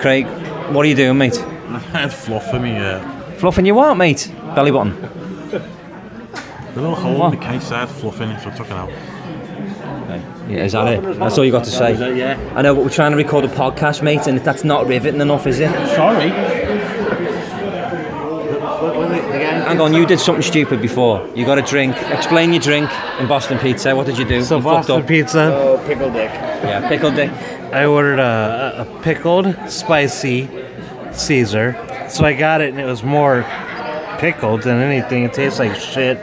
Speaker 4: Craig, what are you doing, mate?
Speaker 8: I had fluff for me. Uh,
Speaker 4: Fluffing you what, mate? Belly button.
Speaker 8: the little hole in the case. I had fluff in it, so I took it out.
Speaker 4: Yeah, is that it? That's all you got to say.
Speaker 8: yeah.
Speaker 4: I know, but we're trying to record a podcast, mate, and that's not riveting enough, is it?
Speaker 8: Sorry.
Speaker 4: Hang on, you did something stupid before. You got a drink. Explain your drink in Boston Pizza. What did you do?
Speaker 5: So
Speaker 4: you
Speaker 5: Boston
Speaker 4: fucked up.
Speaker 5: Pizza,
Speaker 4: yeah, pickled dick.
Speaker 5: I ordered a, a- a pickled spicy Caesar. So I got it, and it was more pickled than anything. It tastes like shit.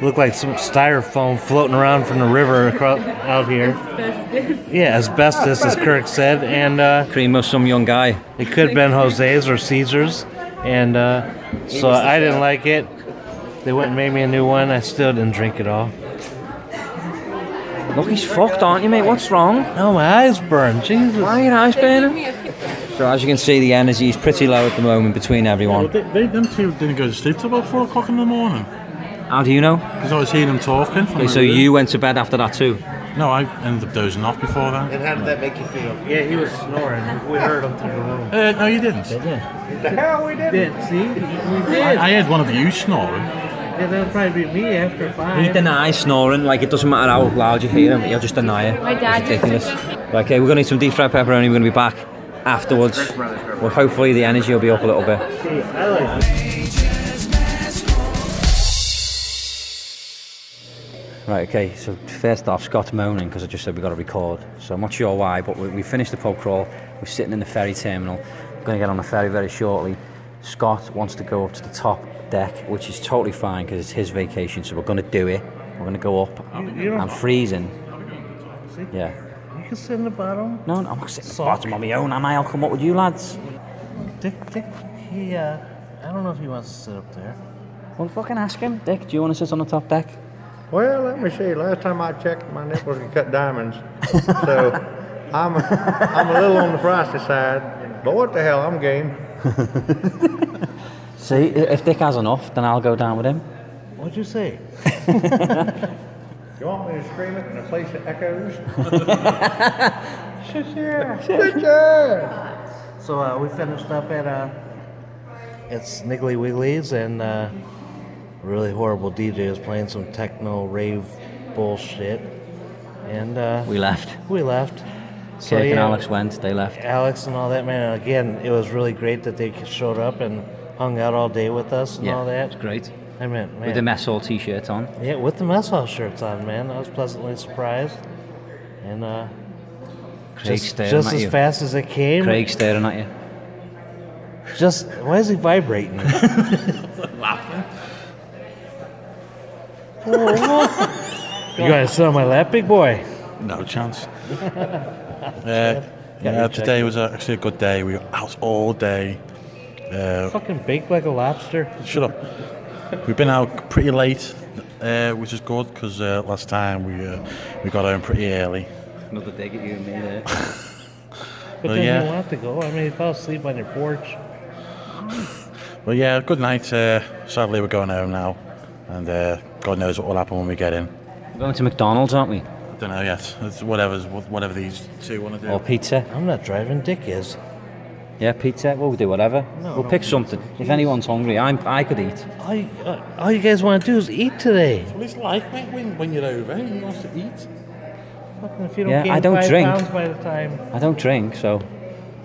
Speaker 5: Looked like some styrofoam floating around from the river across out here. Yeah, asbestos, as Kirk said, and uh,
Speaker 4: Cream of some young guy.
Speaker 5: it could have been Jose's or Caesar's, and uh, so I didn't like it. They went and made me a new one. I still didn't drink it all.
Speaker 4: Look, he's fucked, aren't you, mate? What's wrong?
Speaker 5: No, Oh, my eyes burn. Jesus.
Speaker 4: Why are your eyes burning? So as you can see, the energy is pretty low at the moment between
Speaker 8: Well,
Speaker 4: everyone.
Speaker 8: they, they, them two didn't go to sleep till about four o'clock in the morning
Speaker 4: How do you know?
Speaker 8: because I was hearing them talking. from
Speaker 4: Okay,
Speaker 8: my
Speaker 4: so
Speaker 8: room.
Speaker 4: you went to bed after that too.
Speaker 8: No, I ended up dozing off before that.
Speaker 5: And how did that make you feel? Yeah, he was snoring. We heard him through the room.
Speaker 8: Uh, no, you didn't.
Speaker 11: Did, see? We did.
Speaker 8: I, I heard one of you snoring.
Speaker 11: Yeah, that'll probably be me after
Speaker 4: You
Speaker 11: five.
Speaker 4: deny snoring, like it doesn't matter how loud you hear him, you'll just deny it.
Speaker 9: My dad
Speaker 4: It's
Speaker 9: used to
Speaker 4: ridiculous. Right, okay, we're gonna need some deep fried pepperoni, we're gonna be back afterwards. Well, hopefully the energy will be up a little bit. Right, okay, so first off, Scott's moaning because I just said we got to record. So I'm not sure why, but we, we finished the pub crawl, we're sitting in the ferry terminal, we're going to get on the ferry very shortly. Scott wants to go up to the top deck, which is totally fine because it's his vacation, so we're going to do it. We're going to go up. I'm freezing. Yeah.
Speaker 11: You can sit in the bottom.
Speaker 4: No, no, I'm not sitting at the bottom on my own, am I? I'll come up with you lads.
Speaker 11: Dick, Dick, he, uh, I don't know if he wants to sit up there.
Speaker 4: Well, fucking ask him. Dick, do you want to sit on the top deck?
Speaker 7: Well, let me see. Last time I checked, my nipples could cut diamonds. So I'm, I'm a little on the frosty side. But what the hell, I'm game.
Speaker 4: See, i- if Dick has enough, then I'll go down with him.
Speaker 11: What'd you say?
Speaker 7: You want me to scream it in a place that echoes? Shit, yeah. Shit, yeah.
Speaker 11: So, uh, we finished up at, uh,
Speaker 5: It's Niggly Wigglies and uh, a really horrible DJ was playing some techno rave bullshit. And uh,
Speaker 4: We left.
Speaker 5: we left. So,
Speaker 4: Kirk and
Speaker 5: yeah, Oh,
Speaker 4: Alex went. They left.
Speaker 5: Alex and all that man. And again, it was really great that they showed up and hung out all day with us and
Speaker 4: yeah,
Speaker 5: all
Speaker 4: It was
Speaker 5: that.
Speaker 4: great.
Speaker 5: I meant man,
Speaker 4: With the mess hall t-shirt on.
Speaker 5: yeah, with the mess hall shirts on, man. I was pleasantly surprised. And uh,
Speaker 4: Craig
Speaker 5: just,
Speaker 4: staring
Speaker 5: just
Speaker 4: at
Speaker 5: as
Speaker 4: you.
Speaker 5: fast as it came,
Speaker 4: Craig staring at you.
Speaker 5: just why is he vibrating? you gotta sit on my lap, big boy.
Speaker 8: No chance. uh, yeah,
Speaker 5: your
Speaker 8: today was a- actually a good day. We were out all day. Uh,
Speaker 5: Fucking baked like a lobster.
Speaker 8: Shut up. We've been out pretty late, uh, which is good because uh, last time we uh, we got home pretty early.
Speaker 4: Another dig at you and me there.
Speaker 5: But
Speaker 8: Oh,
Speaker 5: then
Speaker 8: yeah.
Speaker 5: you want to go. I mean, you fell asleep on your porch.
Speaker 8: Well, yeah, good night. Uh, sadly, we're going home now, and uh, God knows what will happen when we get in.
Speaker 4: We're going to McDonald's, aren't we?
Speaker 8: I don't know yet. It's whatever's wh- whatever these two want to do.
Speaker 4: Or pizza.
Speaker 5: I'm not driving. Dick is.
Speaker 4: Yeah, pizza. We'll do whatever. we'll pick something. If anyone's hungry, I'm, I could eat.
Speaker 5: All you, uh, all you guys want to do is eat today.
Speaker 8: Well, it's life, mate. When, when you're over, you want to eat.
Speaker 5: Fucking if you don't
Speaker 4: Yeah,
Speaker 5: gain
Speaker 4: I don't
Speaker 5: five
Speaker 4: drink.
Speaker 5: pounds by the time,
Speaker 4: I don't drink, so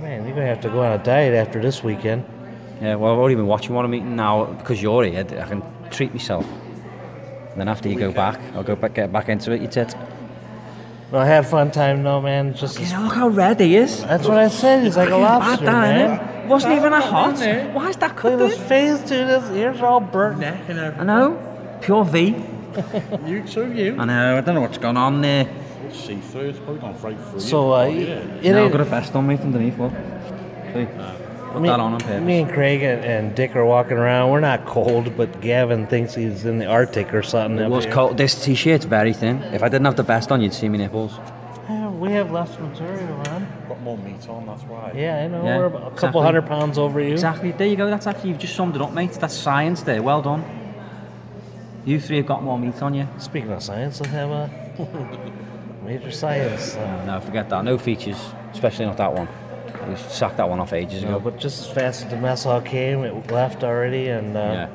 Speaker 5: man, you're gonna have to go on a diet after this weekend.
Speaker 4: yeah. Well, I've already been watching what I'm eating now because you're here. I can treat myself. And then after you go back, I'll go back, get back into it. You tit.
Speaker 5: No, I had a fun time, though, man. Just as-
Speaker 4: look how red he is.
Speaker 5: that's what I said. He's like a lobster, man.
Speaker 4: Wasn't even a hot.
Speaker 5: there.
Speaker 4: Why is that
Speaker 5: Look at his
Speaker 4: cooked?
Speaker 5: face, dude. His ears are all burnt.
Speaker 4: I know. Pure V.
Speaker 8: You, so have you.
Speaker 4: I know. I don't know what's gone on there.
Speaker 8: See through. It's probably gone right through.
Speaker 5: So, uh,
Speaker 8: you.
Speaker 5: it,
Speaker 4: now I've
Speaker 5: ain't-
Speaker 4: got a vest on me underneath. Look. See? Put
Speaker 5: me,
Speaker 4: that on on purpose.
Speaker 5: me and Craig and, and Dick are walking around. We're not cold, but Gavin thinks he's in the Arctic or something.
Speaker 4: It
Speaker 5: up
Speaker 4: was
Speaker 5: here.
Speaker 4: cold. This t-shirt's very thin. If I didn't have the vest on, you'd see me nipples.
Speaker 5: Yeah, we have less material on.
Speaker 8: got more meat on. That's why.
Speaker 5: Yeah, I know.
Speaker 4: Yeah,
Speaker 5: We're about a
Speaker 4: exactly.
Speaker 5: couple hundred pounds over you.
Speaker 4: Exactly. There you go. That's actually you've just summed it up, mate. That's science there. Well done. You three have got more meat on you.
Speaker 5: Speaking of science, I have a major science. uh,
Speaker 4: No, forget that. No features, especially not that one. We sacked that one off ages
Speaker 5: No,
Speaker 4: ago.
Speaker 5: but just as fast as the mess hall came, it left already, and uh,
Speaker 4: yeah.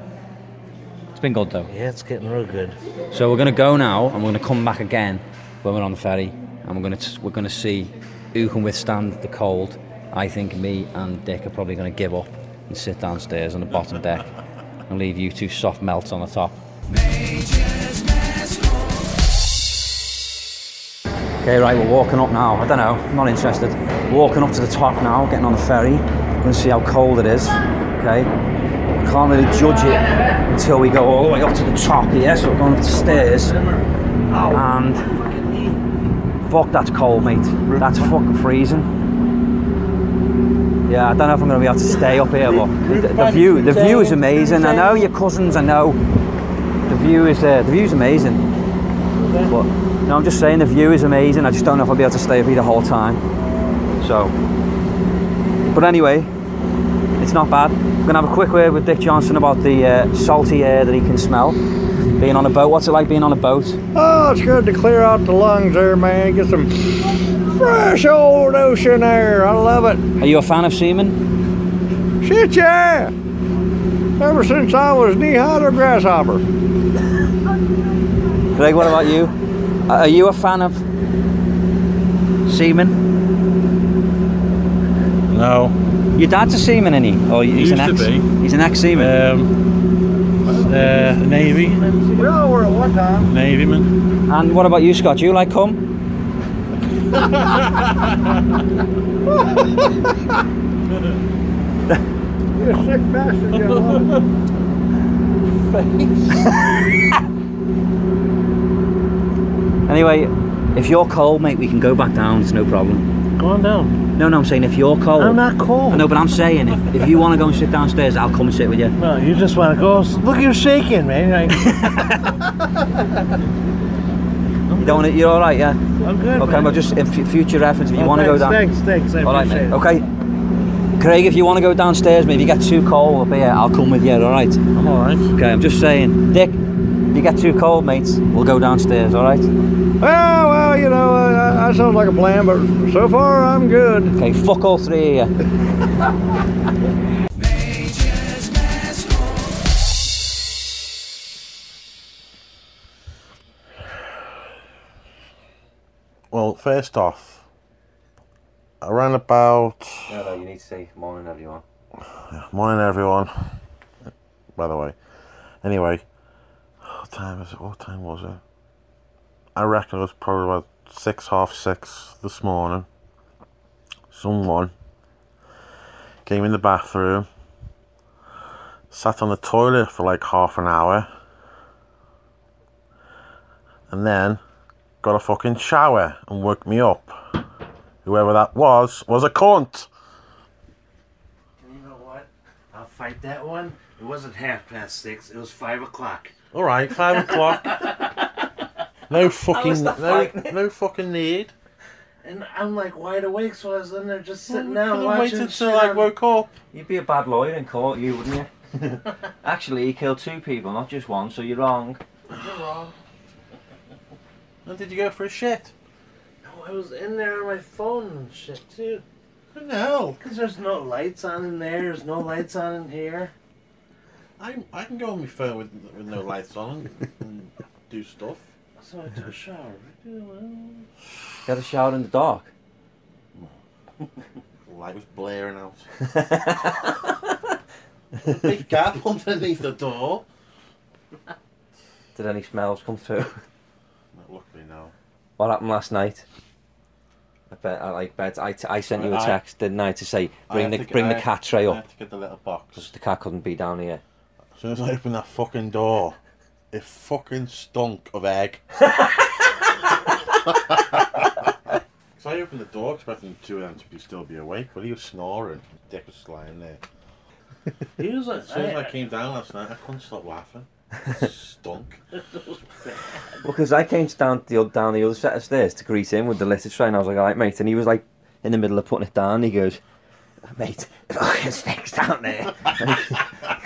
Speaker 4: It's been good though.
Speaker 5: yeah. it's getting real good.
Speaker 4: So we're gonna go now, and we're gonna come back again when we're on the ferry, and we're gonna t- we're gonna see who can withstand the cold. I think me and Dick are probably gonna give up and sit downstairs on the bottom deck and leave you two soft melts on the top. Okay, right, we're walking up now. I don't know, I'm not interested. Walking up to the top now, getting on the ferry. We're gonna see how cold it is. Okay. I can't really judge it until we go all the way up to the top here, so we're going up the stairs. And fuck that's cold, mate. That's fucking freezing. Yeah, I don't know if I'm gonna be able to stay up here, but the, the view the view is amazing. I know your cousins, I know. The view is uh, the view's amazing. But no, I'm just saying the view is amazing. I just don't know if I'll be able to stay up here the whole time. So, but anyway, it's not bad. I'm gonna have a quick word with Dick Johnson about the uh, salty air that he can smell. Being on a boat, what's it like being on a boat?
Speaker 7: Oh, it's good to clear out the lungs there, man. Get some fresh old ocean air. I love it.
Speaker 4: Are you a fan of seamen?
Speaker 7: Shit, yeah. Ever since I was knee-high to a grasshopper.
Speaker 4: Greg, what about you? Uh, Are you a fan of seamen?
Speaker 8: No.
Speaker 4: Your dad's a seaman, isn't he? Or he's an
Speaker 8: Used
Speaker 4: ex.
Speaker 8: to be.
Speaker 4: He's an ex-seaman.
Speaker 8: Um, uh, Navy.
Speaker 7: We all were at one time.
Speaker 8: Navyman.
Speaker 4: and what about you, Scott? Do you like cum?
Speaker 7: You sick bastard, you love it.
Speaker 4: Anyway, if you're cold, mate, we can go back down. It's no problem.
Speaker 5: Go on down.
Speaker 4: No, no, I'm saying if you're cold.
Speaker 5: I'm not cold.
Speaker 4: No, but I'm saying if, if you want to go and sit downstairs, I'll come and sit with you.
Speaker 5: No, you just want to go. s- Look, you're shaking, man. You're like,
Speaker 4: You don't want to, you're all right, yeah.
Speaker 5: I'm good.
Speaker 4: Okay,
Speaker 5: man.
Speaker 4: well, just in f- future reference, if you
Speaker 5: Oh,
Speaker 4: want to go
Speaker 5: thanks,
Speaker 4: down.
Speaker 5: Thanks, thanks. I
Speaker 4: all right,
Speaker 5: appreciate
Speaker 4: mate.
Speaker 5: it.
Speaker 4: Okay, Craig, if you want to go downstairs, maybe you get too cold up here, I'll come with you. All right.
Speaker 8: I'm alright.
Speaker 4: Okay, I'm just saying, Dick. If you get too cold, mate, we'll go downstairs. All right.
Speaker 7: Well, well, you know, uh, that sounds like a plan, but so far I'm good.
Speaker 4: Okay, fuck all three of you.
Speaker 8: Well, first off, around about
Speaker 4: No, no, you need to say morning, everyone.
Speaker 8: Morning, everyone. By the way, anyway, what time is it? What time was it? I reckon it was probably about six, half six this morning. Someone came in the bathroom, sat on the toilet for like half an hour, and then got a fucking shower and woke me up. Whoever that was was a cunt.
Speaker 5: And you know what? I'll fight that one. It wasn't half past six. It was five o'clock.
Speaker 8: All right, five o'clock. No fucking, no, no fucking need.
Speaker 5: And I'm like wide awake, so I was in there just sitting down
Speaker 8: Could've
Speaker 5: watching.
Speaker 8: waited
Speaker 5: shit
Speaker 8: till I
Speaker 5: on-
Speaker 8: woke up.
Speaker 4: You'd be a bad lawyer in court, you wouldn't you? Actually, he killed two people, not just one, so you're wrong.
Speaker 8: And did you go for a shit?
Speaker 5: No, I was in there on my phone and shit too.
Speaker 8: No,
Speaker 5: Cause there's no lights on in there. There's no lights on in here.
Speaker 8: I I can go on my phone with with no lights on and, and do stuff.
Speaker 5: So I took a shower.
Speaker 4: You had a shower in the dark.
Speaker 8: The light was blaring out. There's a big gap underneath the door.
Speaker 4: Did any smells come through?
Speaker 8: Not luckily now.
Speaker 4: What happened last night? I bet I like bed. I, t- I sent you a
Speaker 8: I-
Speaker 4: text, didn't I, to say bring the
Speaker 8: I have to
Speaker 4: bring
Speaker 8: get-
Speaker 4: the cat tray
Speaker 8: I
Speaker 4: up
Speaker 8: have to get the little
Speaker 4: because
Speaker 8: box.
Speaker 4: the cat couldn't be down here.
Speaker 8: As soon as I opened that fucking door, it fucking stunk of egg. so I opened the door expecting two of them to be, still be awake, but he was snoring. Dick was lying there.
Speaker 5: He was like,
Speaker 8: As soon as I
Speaker 5: I,
Speaker 8: came down last night, I couldn't stop laughing. It stunk.
Speaker 4: Because I came down the oth- down the other set of stairs to greet him with the litter tray, and I was like, "All right, mate," and he was like in the middle of putting it down. He goes, "Mate, it fucking stinks down there."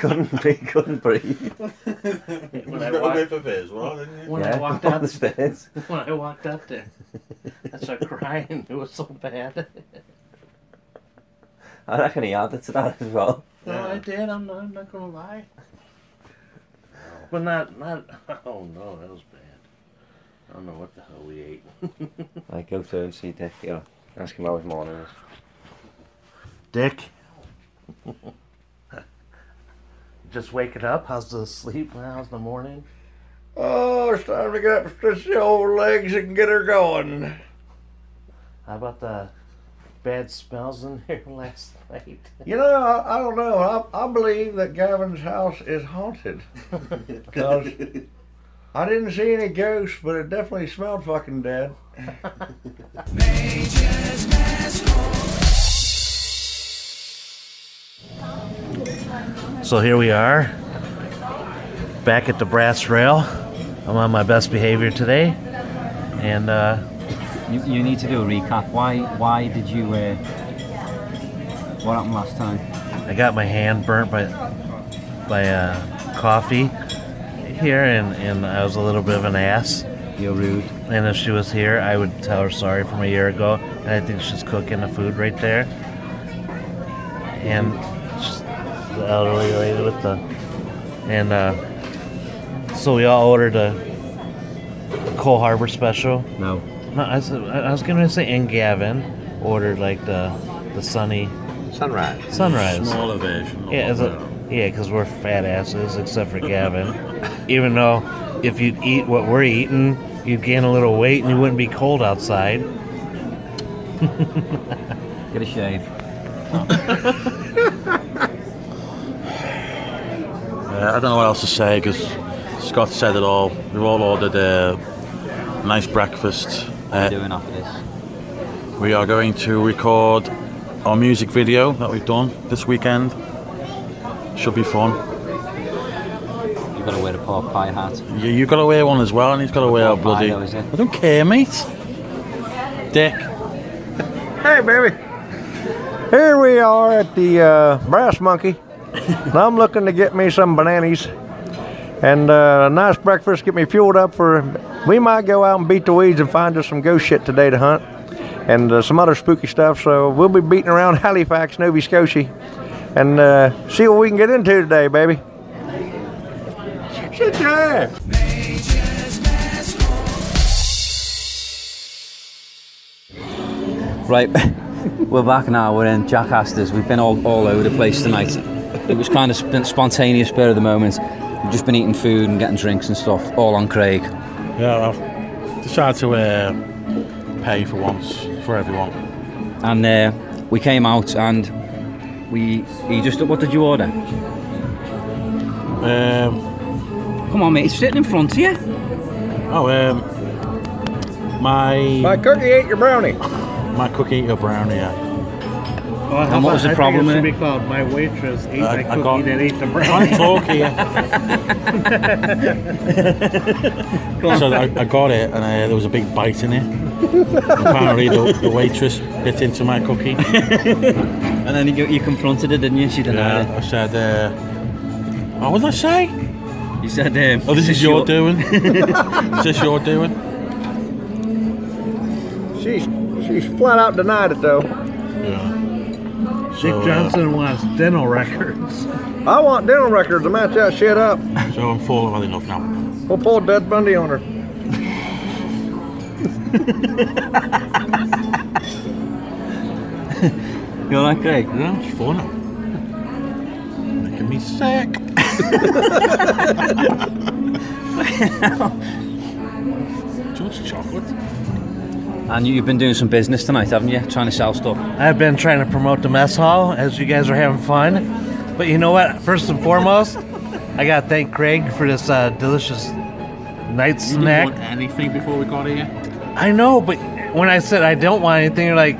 Speaker 4: And he couldn't be, couldn't breathe.
Speaker 8: You
Speaker 5: I
Speaker 8: got a
Speaker 5: wa-
Speaker 8: whiff of his, well, didn't you?
Speaker 5: when I walked
Speaker 4: down
Speaker 5: out
Speaker 4: the stairs.
Speaker 5: when I walked out there, I started crying. It was so bad.
Speaker 4: I reckon he added to that as well.
Speaker 5: No, I did. I'm not. I'm not gonna lie. But not not. Oh no, that was bad. I don't know what the hell we ate.
Speaker 4: I go through and see Dick. You know, ask him how his morning is.
Speaker 5: Dick. Just waking up. How's the sleep? How's the morning?
Speaker 7: Oh, it's time to get up and stretch the old legs and get her going.
Speaker 5: How about the bad smells in here last night?
Speaker 7: You know, I, I don't know. I, I believe that Gavin's house is haunted. Because I didn't see any ghosts, but it definitely smelled fucking dead.
Speaker 5: So here we are, back at the brass rail. I'm on my best behavior today, and uh,
Speaker 4: You, you need to do a recap. Why why did you? Uh, what happened last time?
Speaker 5: I got my hand burnt by by uh, coffee here, and, and I was a little bit of an ass.
Speaker 4: You're rude.
Speaker 5: And if she was here, I would tell her sorry from a year ago. And I think she's cooking the food right there. And she's the elderly lady with the. And uh, so we all ordered a Cole Harbor special.
Speaker 4: No.
Speaker 5: No, I was, I was gonna say, and Gavin ordered like the the sunny
Speaker 6: Sunrise.
Speaker 5: sunrise.
Speaker 8: Smaller version.
Speaker 5: Yeah, as a, yeah, because we're fat asses, except for Gavin. Even though if you'd eat what we're eating, you'd gain a little weight and you wouldn't be cold outside.
Speaker 4: Get a shave.
Speaker 8: Uh, I don't know what else to say because Scott said it all. We've all ordered a nice breakfast.
Speaker 4: What are
Speaker 8: Uh,
Speaker 4: you doing after this?
Speaker 8: We are going to record our music video that we've done this weekend. Should be fun.
Speaker 4: You've got to wear a pork pie hat.
Speaker 8: You, you got to wear one as well, and he's got to wear a
Speaker 4: Pork pie,
Speaker 8: bloody.
Speaker 4: though, is it?
Speaker 8: I don't care, mate. Dick.
Speaker 7: Hey, baby. Here we are at the uh, Brass Monkey. and I'm looking to get me some bananas and uh, a nice breakfast, get me fueled up for. We might go out and beat the weeds and find us some ghost shit today to hunt and uh, some other spooky stuff. So we'll be beating around Halifax, Nova Scotia, and uh, see what we can get into today, baby. Shit, yeah.
Speaker 4: Right, we're back now. We're in Jack Astor's. We've been all, all over the place tonight. It was kind of sp- spontaneous spur of the moment. We've just been eating food and getting drinks and stuff, all on Craig.
Speaker 8: Yeah, I've decided to uh, pay for once for everyone.
Speaker 4: And uh, we came out and we. He just. What did you order?
Speaker 8: Um,
Speaker 4: Come on, mate. It's sitting in front of you.
Speaker 8: oh, um, my
Speaker 7: My cookie ate your brownie.
Speaker 8: my cookie or brownie. Yeah.
Speaker 11: Well,
Speaker 4: And what was the problem
Speaker 11: I
Speaker 4: with
Speaker 11: think it
Speaker 4: it?
Speaker 11: should be called My Waitress Ate
Speaker 8: I-
Speaker 11: My
Speaker 8: I
Speaker 11: Cookie
Speaker 8: got-
Speaker 11: That Ate the
Speaker 8: Trying to
Speaker 11: Brownie.
Speaker 8: talk here. so I, I got it, and uh, there was a big bite in it. Apparently, the, the waitress bit into my cookie.
Speaker 4: And then you, you confronted her, didn't you? She denied
Speaker 8: Yeah, I said, uh, "What would I say?
Speaker 4: it. You said. Um,
Speaker 8: Oh, this is your doing. is this your doing?"
Speaker 7: She's she's flat out denied it though.
Speaker 8: Yeah.
Speaker 11: Dick
Speaker 8: uh,
Speaker 11: Johnson wants dental records.
Speaker 7: I want dental records to match that shit up.
Speaker 8: so I'm full of enough now.
Speaker 7: We'll pull Dead Bundy on her.
Speaker 4: You're like Craig.
Speaker 8: Yeah, it's fun. Making me sick. Just chocolate.
Speaker 4: And you, you've been doing some business tonight, haven't you? Trying to sell stuff.
Speaker 5: I've been trying to promote the mess hall as you guys are having fun. But you know what? First and foremost, I got to thank Craig for this uh, delicious night
Speaker 8: You didn't
Speaker 5: snack.
Speaker 8: want anything before we got here.
Speaker 5: I know, but when I said I don't want anything, you're like,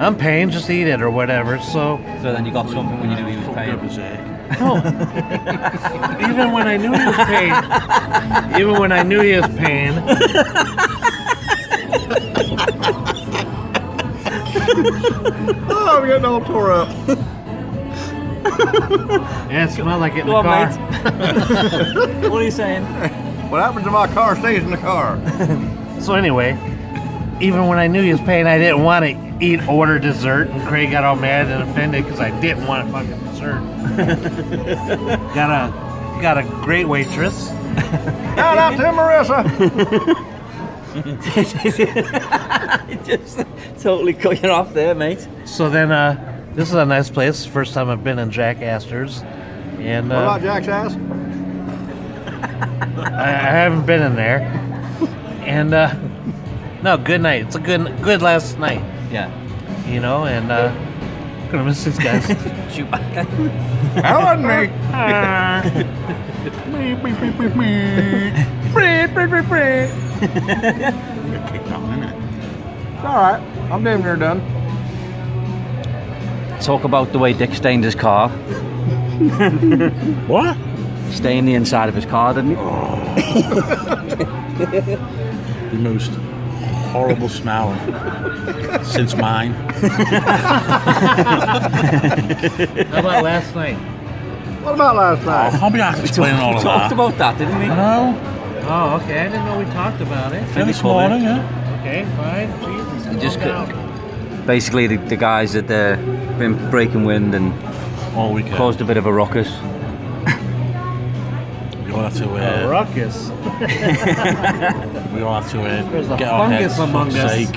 Speaker 5: I'm paying, just eat it or whatever. So
Speaker 4: So then you got something when you knew he was
Speaker 8: Fucked up
Speaker 4: paying.
Speaker 8: his egg.
Speaker 5: even when I knew he was paying, even when I knew he was paying,
Speaker 7: Oh, I'm getting all tore up.
Speaker 5: yeah, it smelled like it in
Speaker 4: Go
Speaker 5: the
Speaker 4: on,
Speaker 5: car.
Speaker 4: mate. what are you saying?
Speaker 7: What happens to my car stays in the car.
Speaker 5: So anyway, even when I knew he was paying, I didn't want to eat, order dessert, and Craig got all mad and offended because I didn't want a fucking dessert. got a got a great waitress.
Speaker 7: Shout out to Marissa.
Speaker 4: Just totally cut you off there, mate.
Speaker 5: So then, uh, this is a nice place. First time I've been in Jack Astor's, and
Speaker 7: What
Speaker 5: uh,
Speaker 7: about Jack's ass?
Speaker 5: I, I haven't been in there. And uh, no, good night. It's a good good last night,
Speaker 4: Yeah.
Speaker 5: you know. And uh, gonna miss these guys.
Speaker 4: Shoot back.
Speaker 7: That wasn't me.
Speaker 8: Kicked out, innit?
Speaker 7: It's all right. I'm damn near done.
Speaker 4: Talk about the way Dick stained his car.
Speaker 8: What?
Speaker 4: Stained the inside of his car, didn't he?
Speaker 8: The most horrible smell since mine.
Speaker 5: How about last night?
Speaker 7: What about last
Speaker 8: I
Speaker 7: night?
Speaker 8: can't be asked to explain all
Speaker 4: we
Speaker 8: of
Speaker 4: talked
Speaker 8: that.
Speaker 4: about that, didn't we?
Speaker 8: No,
Speaker 5: Oh, okay. I didn't know we talked about it.
Speaker 8: yeah, this morning, yeah.
Speaker 5: Okay, fine. Jesus.
Speaker 4: You just
Speaker 5: calm
Speaker 4: could-
Speaker 5: down.
Speaker 4: Basically, the, the guys had uh, been breaking wind and
Speaker 8: All weekend.
Speaker 4: caused a bit of a ruckus.
Speaker 8: We all have to,
Speaker 5: A
Speaker 8: uh,
Speaker 5: ruckus.
Speaker 8: we all have to
Speaker 5: There's
Speaker 8: uh,
Speaker 5: a
Speaker 8: get our
Speaker 5: fungus
Speaker 8: heads, for
Speaker 5: among
Speaker 8: fuck's
Speaker 5: us.
Speaker 8: sake.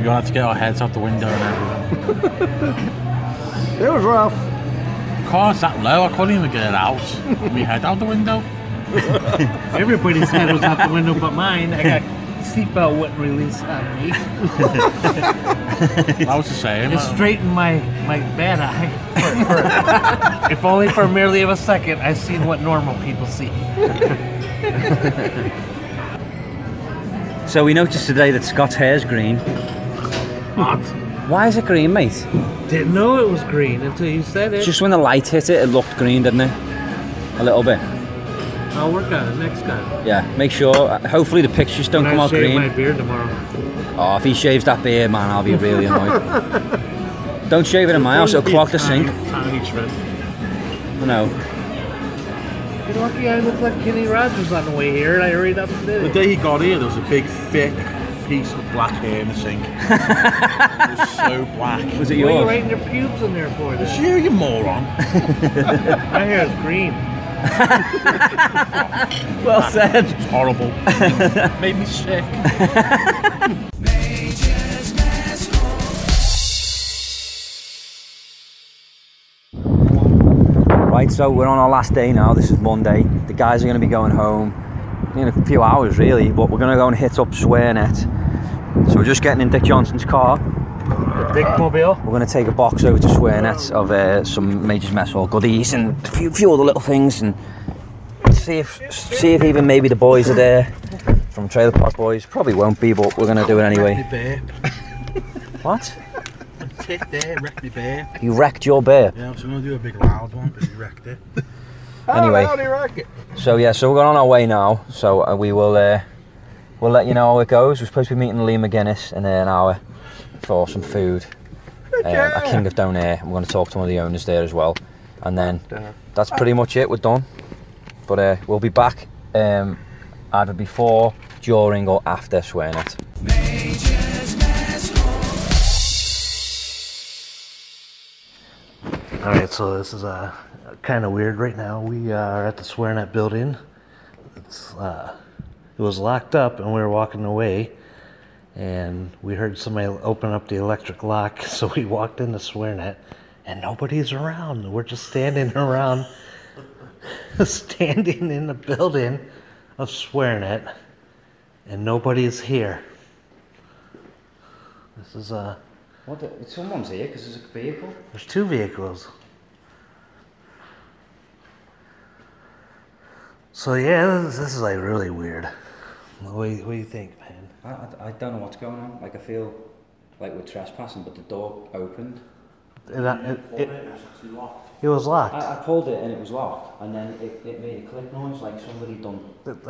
Speaker 8: We all have to get our heads out the window and everything.
Speaker 7: It was rough.
Speaker 8: The car's that low, I couldn't even get it out. We head out the window.
Speaker 5: Everybody's head was out the window but mine. I got seatbelt wouldn't release on me.
Speaker 8: That was the same.
Speaker 5: It
Speaker 4: Um,
Speaker 5: straightened my my bad eye. For, for, if only for merely of a second, I seen what normal people see.
Speaker 4: So we noticed today that Scott's hair's green. Why is it green, mate?
Speaker 5: Didn't know it was green until you said it.
Speaker 4: Just when the light hit it, it looked green, didn't it? A little bit.
Speaker 5: I'll work on it next time.
Speaker 4: Yeah. Make sure. Hopefully, the pictures don't
Speaker 5: When
Speaker 4: come
Speaker 5: I
Speaker 4: out
Speaker 5: shave
Speaker 4: green.
Speaker 5: my beard tomorrow.
Speaker 4: Oh, if he shaves that beard, man, I'll be really annoyed. Don't shave it in my house; it'll clog the sink.
Speaker 5: Tiny trim.
Speaker 4: No.
Speaker 5: You're lucky I look like Kenny Rogers on the way here, and I hurried up and did
Speaker 8: The
Speaker 5: it.
Speaker 8: day he got here, there was a big, thick piece of black hair in the sink. it was so black.
Speaker 4: Was it
Speaker 5: What are you
Speaker 4: yours?
Speaker 5: writing your pubes in there for?
Speaker 8: It's
Speaker 5: Then?
Speaker 8: you, you moron.
Speaker 5: My hair is green.
Speaker 4: Well said.
Speaker 8: It's horrible. Made me sick.
Speaker 12: Nature's best home.
Speaker 4: Right, so we're on our last day now. This is Monday. The guys are going to be going home in a few hours, really, but we're going to go and hit up Swearnet. So we're just getting in Dick Johnson's car.
Speaker 5: The Dick Mobile.
Speaker 4: We're going to take a box over to Swearnet of uh, some Major's Mess Hall goodies and a few, few other little things and see if see if even maybe the boys are there from Trailer Park Boys. Probably won't be, but we're going to do it anyway.
Speaker 8: Bear.
Speaker 4: What?
Speaker 8: Tit there, wrecked me bear.
Speaker 4: You wrecked your bear.
Speaker 8: Yeah, I was going to do a big loud one, but you wrecked it.
Speaker 4: Anyway.
Speaker 6: Howdy, Rocket.
Speaker 4: So yeah, so we're going on our way now. So uh, we will uh, we'll let you know how it goes. We're supposed to be meeting Lee McGuinness in an hour for some food um, at King of Down Air. I'm going to talk to one of the owners there as well, and then that's pretty much it. We're done. But uh, we'll be back um, either before, during, or after swearing it.
Speaker 5: All right, so this is uh, kind of weird right now. We uh, are at the SwearNet building. It's uh, it was locked up, and we were walking away, and we heard somebody open up the electric lock. So we walked into SwearNet, and nobody's around. We're just standing around, standing in the building of SwearNet, and nobody's here. This is uh,
Speaker 4: What? someone's here because there's a vehicle.
Speaker 5: there's two vehicles. So yeah, this, this is like really weird. What do you, what do you think, man?
Speaker 4: I, I, I don't know what's going on. Like I feel like we're trespassing, but the door opened.
Speaker 5: It, uh, it, it, it was locked.
Speaker 4: I, I pulled it and it was locked, and then it, it made a click noise like somebody done.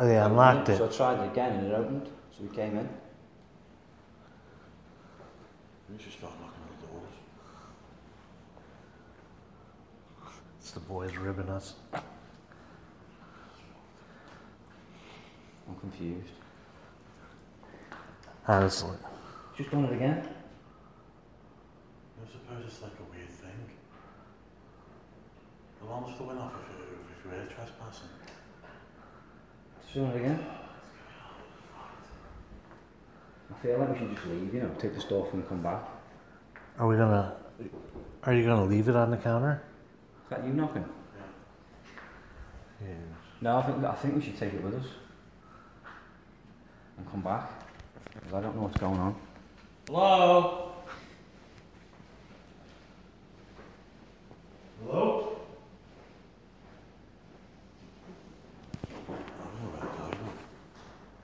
Speaker 5: They unlocked it.
Speaker 4: So I tried it again and it opened. So we came in.
Speaker 8: We should start knocking on the doors.
Speaker 5: It's the boys ribbing us.
Speaker 4: I'm confused.
Speaker 5: Honestly,
Speaker 4: Just done it again.
Speaker 8: I suppose it's like a weird thing. The alarm still went off if you, if you were trespassing.
Speaker 4: Just done it again. I feel like we should just leave. You know, take the stuff and come back.
Speaker 5: are we gonna? Are you gonna leave it on the counter?
Speaker 4: Is that you knocking? No, I think I think we should take it with us and come back. 'cause I don't know what's going on.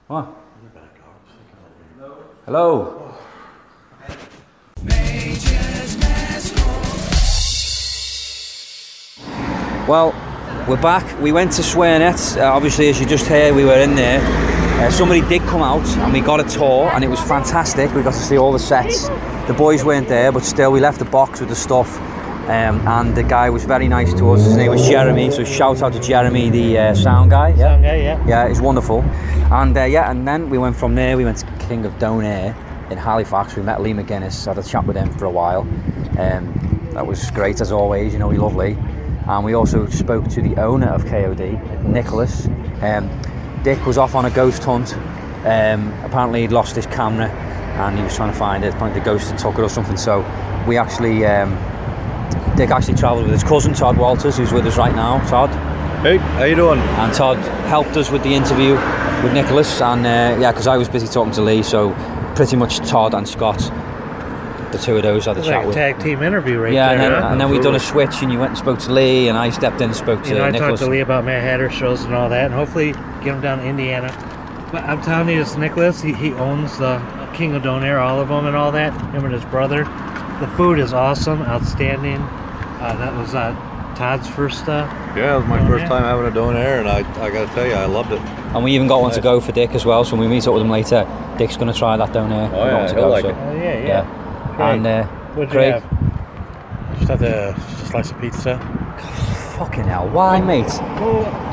Speaker 4: Hello. Hello. What? Hello. Well, we're back. We went to Swearnet. Uh, obviously, as you just heard, we were in there. Uh, somebody did come out and we got a tour, and it was fantastic. We got to see all the sets. The boys weren't there, but still, we left the box with the stuff. Um, and the guy was very nice to us. His name was Jeremy, so shout out to Jeremy, the uh, sound guy. Yeah,
Speaker 5: Yeah, yeah.
Speaker 4: yeah, it's wonderful. And uh, yeah, and then we went from there. We went to King of Donair in Halifax. We met Lee McGuinness. Had a chat with him for a while. Um, that was great as always. You know, he's lovely. And we also spoke to the owner of KOD, Nicholas. Um, Dick was off on a ghost hunt. Um, apparently, he'd lost his camera, and he was trying to find it. Apparently, the ghost had took it or something. So we actually. Um, Dick actually travelled with his cousin Todd Walters, who's with us right now. Todd,
Speaker 7: Hey, how you doing?
Speaker 4: and Todd helped us with the interview with Nicholas and uh, yeah because I was busy talking to Lee so pretty much Todd and Scott the two of those had the
Speaker 5: It's
Speaker 4: chat
Speaker 5: like a
Speaker 4: with
Speaker 5: tag team interview right
Speaker 4: yeah and
Speaker 5: there.
Speaker 4: then,
Speaker 5: huh?
Speaker 4: and then we done a switch and you went and spoke to Lee and I stepped in and spoke to
Speaker 5: You know, I
Speaker 4: Nicholas
Speaker 5: talked to Lee about Mad Hatter shows and all that, and hopefully get him down to Indiana. But I'm telling you, it's Nicholas. He, he owns the King of Donair, all of them, and all that. Him and his brother. The food is awesome, outstanding. Uh, that was uh, Todd's first. Uh,
Speaker 7: Yeah, it was my
Speaker 5: Oh,
Speaker 7: first
Speaker 5: yeah.
Speaker 7: time having a donair, and I, I gotta tell you, I loved it.
Speaker 4: and we even got one to go for Dick as well so when we meet up with him later Dick's going to try that down here
Speaker 7: Oh, yeah, he'll like it.
Speaker 5: oh yeah, yeah.
Speaker 4: yeah
Speaker 5: Craig,
Speaker 4: and uh,
Speaker 5: What'd
Speaker 4: Craig
Speaker 5: you have?
Speaker 8: Just had a slice of pizza.
Speaker 4: fucking hell why mate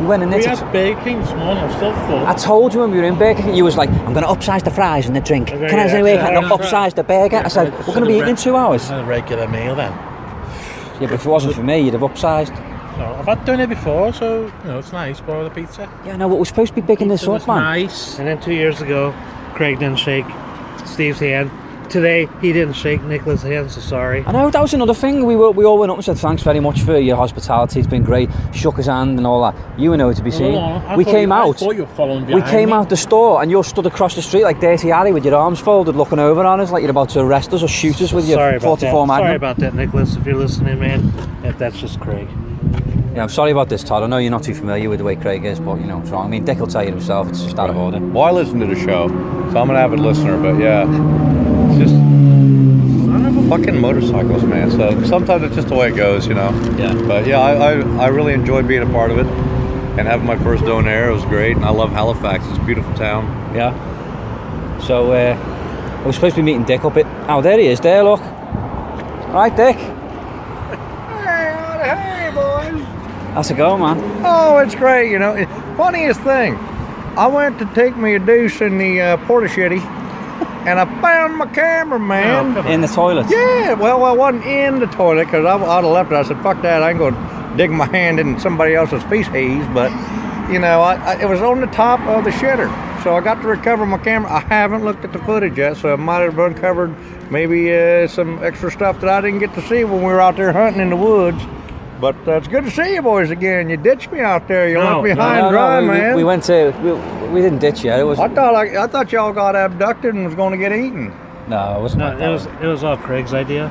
Speaker 4: you went and
Speaker 8: Oh, We
Speaker 4: knitted
Speaker 8: had Burger King this morning, I'm still full.
Speaker 4: I told you when we were in Burger King, you was like, I'm going to upsize the fries and the drink. Can I
Speaker 5: yeah,
Speaker 4: say, wait, can I
Speaker 8: yeah, that's right.
Speaker 4: upsize the burger? I said, we're going to be eating in two hours.
Speaker 8: a regular meal then.
Speaker 4: Yeah, but if it wasn't for me, you'd have upsized.
Speaker 8: No, I've had done it before, so you know it's nice. Borrow the pizza.
Speaker 4: Yeah, no, but we're supposed to be picking this
Speaker 8: So
Speaker 4: up,
Speaker 8: it's
Speaker 4: man.
Speaker 8: nice.
Speaker 5: And then two years ago, Craig didn't shake Steve's hand. today he didn't shake Nicola's hand, so sorry.
Speaker 4: I know that was another thing. We were, we all went up and said thanks very much for your hospitality. It's been great. Shook his hand and all that. You were nowhere to be seen.
Speaker 8: Hold on, Oh, I
Speaker 4: we
Speaker 8: thought
Speaker 4: came
Speaker 8: you- I
Speaker 4: out.
Speaker 8: thought you were following
Speaker 4: we
Speaker 8: behind
Speaker 4: came
Speaker 8: me.
Speaker 4: out the store and you're stood across the street like Dirty Harry with your arms folded, looking over on us like you're about to arrest us or shoot us with your
Speaker 5: sorry about
Speaker 4: 44
Speaker 5: that.
Speaker 4: Magnum.
Speaker 5: Sorry about that, Nicholas. If you're listening, man, that, that's just Craig.
Speaker 4: Yeah, I'm sorry about this, Todd. I know you're not too familiar with the way Craig is, but you know it's wrong. I mean, Dick will tell you himself. It's just out of order.
Speaker 6: Well, I listen to the show, so I'm an avid listener, but yeah. It's just. Fucking motorcycles, man. So sometimes it's just the way it goes, you know.
Speaker 4: Yeah.
Speaker 6: But yeah, I, I, I really enjoyed being a part of it and having my first donaire. It was great. And I love Halifax. It's a beautiful town.
Speaker 4: Yeah. So uh, I was supposed to be meeting Dick up at. Oh, there he is. There, look. All right, Dick.
Speaker 7: Hey, howdy, hey, boys.
Speaker 4: How's it going, man?
Speaker 7: Oh, it's great. You know, it, funniest thing, I went to take me a deuce in the uh, porta shitty, and I found my cameraman.
Speaker 4: In the toilet.
Speaker 7: yeah, well, I wasn't in the toilet because I would have left it. I said, "Fuck that! I ain't gonna dig my hand in somebody else's feces." But you know, I, I, it was on the top of the shitter, so I got to recover my camera. I haven't looked at the footage yet, so I might have uncovered maybe uh, some extra stuff that I didn't get to see when we were out there hunting in the woods. But uh, it's good to see you boys again. You ditched me out there. You
Speaker 5: No,
Speaker 7: left me high and dry,
Speaker 4: we, we-
Speaker 7: man.
Speaker 4: We, went to. We, we didn't ditch yet. It was.
Speaker 7: I thought I, I thought y'all got abducted and was going to get eaten.
Speaker 4: No, it wasn't.
Speaker 5: No,
Speaker 4: like that.
Speaker 5: it was it was all Craig's idea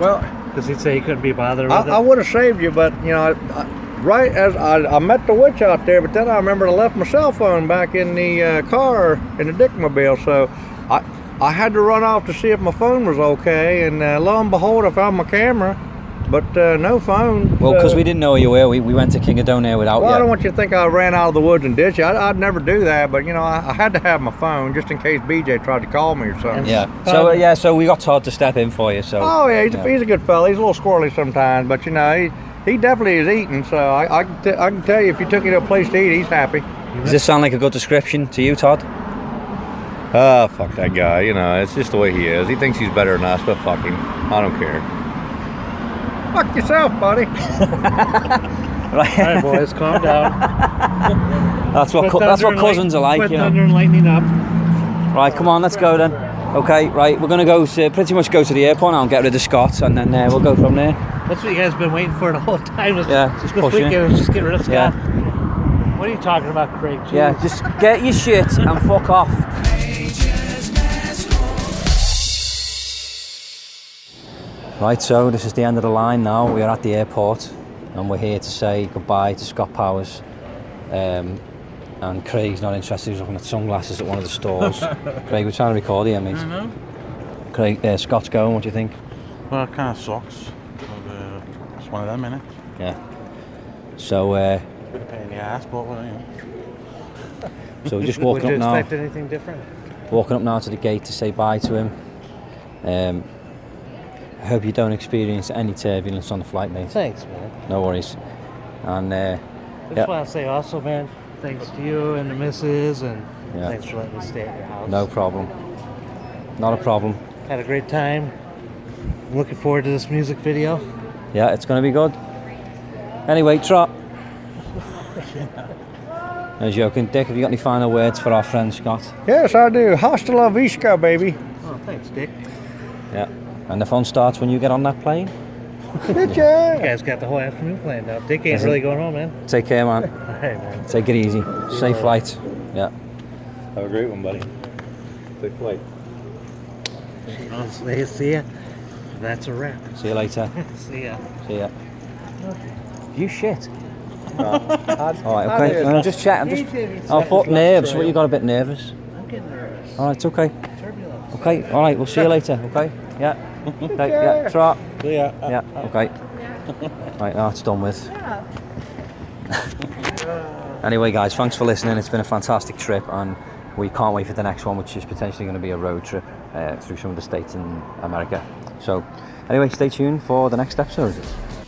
Speaker 7: Well,
Speaker 5: because he'd say he couldn't be bothered with
Speaker 7: I,
Speaker 5: it.
Speaker 7: I would have saved you, but you know, I, I, right as I, I met the witch out there, but then I remembered I left my cell phone back in the uh, car in the Dickmobile, so I I had to run off to see if my phone was okay, and uh, lo and behold, I found my camera, but uh, no phone.
Speaker 4: well, because
Speaker 5: uh,
Speaker 7: so-
Speaker 4: we didn't know you were. We, we went to King of Donair without
Speaker 7: Well, I
Speaker 4: you.
Speaker 7: don't want you to think I ran out of the woods and ditched you. I, I'd never do that, but you know, I, I had to have my phone just in case BJ tried to call me or something.
Speaker 4: yeah. So uh, yeah. So we got Todd to step in for you. So.
Speaker 7: Oh yeah, he's,
Speaker 4: yeah.
Speaker 7: A, he's a good fella. He's a little squirrely sometimes, but you know he he definitely is eating. So I I can, t- I can tell you if you took him to a place to eat, he's happy.
Speaker 4: Does this sound like a good description to you, Todd?
Speaker 6: Ah, fuck that guy. You know, it's just the way he is. He thinks he's better than us, but fuck him. I don't care.
Speaker 7: Fuck yourself, buddy.
Speaker 5: all
Speaker 4: Right.
Speaker 5: right, boys, calm down.
Speaker 4: that's what.
Speaker 5: Quit
Speaker 4: cou- that's
Speaker 5: thunder
Speaker 4: what
Speaker 5: and
Speaker 4: cousins
Speaker 5: light-
Speaker 4: are like.
Speaker 5: quit
Speaker 4: You know.
Speaker 5: thunder and lightning up.
Speaker 4: Right, come on, let's go then. Okay, right, we're gonna go to pretty much go to the airport now and get rid of Scott, and then uh, we'll go from there.
Speaker 5: That's what you guys been waiting for the whole time. Was
Speaker 4: Yeah, just
Speaker 5: just
Speaker 4: pushing it.
Speaker 5: weekend was just get rid of
Speaker 4: Yeah.
Speaker 5: Scott. What are you talking about, Craig? Jeez.
Speaker 4: Yeah, just get your shit and fuck off. Right, so this is the end of the line now. We are at the airport, and we're here to say goodbye to Scott Powers. Um, and Craig's not interested. He's looking at sunglasses at one of the stores. Craig, we're trying to record here, mate. Craig, uh, Scott's going. What do you think?
Speaker 8: Mm-hmm. Well, it kind of sucks. But, uh, it's one of them, innit?
Speaker 4: Yeah. So, uh,
Speaker 8: Bit of pain in the ass, but well, you know.
Speaker 4: so we're just
Speaker 5: Would
Speaker 4: walking
Speaker 5: you
Speaker 4: up now.
Speaker 5: expect anything different?
Speaker 4: walking up now to the gate to say bye to him. Um, I hope you don't experience any turbulence on the flight, mate.
Speaker 5: Thanks, man.
Speaker 4: No worries. And uh,
Speaker 5: That's
Speaker 4: Yeah.
Speaker 5: why I say also, man. Thanks to you and the missus, and
Speaker 4: Yeah.
Speaker 5: thanks for letting me stay at your house.
Speaker 4: no problem. Not a problem.
Speaker 5: Had a great time. I'm looking forward to this music video.
Speaker 4: Yeah, it's going to be good. Anyway, trot. I was joking. Dick, have you got any final words for our friend Scott?
Speaker 7: Yes, I do. Hasta la vista, baby.
Speaker 5: Oh, thanks, Dick.
Speaker 4: Yeah. And the fun starts when you get on that plane.
Speaker 7: Bitch, yeah.
Speaker 5: You guys got the whole afternoon planned out. Dick
Speaker 4: Is
Speaker 5: ain't
Speaker 4: it?
Speaker 5: really going home, man.
Speaker 4: Take care, man.
Speaker 5: Hey, Uh-huh. man.
Speaker 4: Take it easy. Safe flight. Yeah.
Speaker 6: Have a great one, buddy. Take flight.
Speaker 5: I'll say- see ya. That's a wrap.
Speaker 4: See you later.
Speaker 5: See ya.
Speaker 4: See ya. You shit.
Speaker 7: I-
Speaker 4: All right,
Speaker 7: I
Speaker 4: okay.
Speaker 7: did.
Speaker 4: No, I'm just chatting.
Speaker 5: did
Speaker 4: Just,
Speaker 5: it.
Speaker 4: oh, fuck nerves. What, you got a bit nervous?
Speaker 5: I'm getting nervous.
Speaker 4: All right, it's okay.
Speaker 5: Turbulence.
Speaker 4: Okay, all right, we'll see you later, okay? Yeah. Okay, yeah, trot.
Speaker 8: Yeah.
Speaker 4: Yeah, okay. Right, now it's done with. anyway, guys, thanks for listening. It's been a fantastic trip, and we can't wait for the next one, which is potentially going to be a road trip uh, through some of the states in America. So, anyway, stay tuned for the next episode.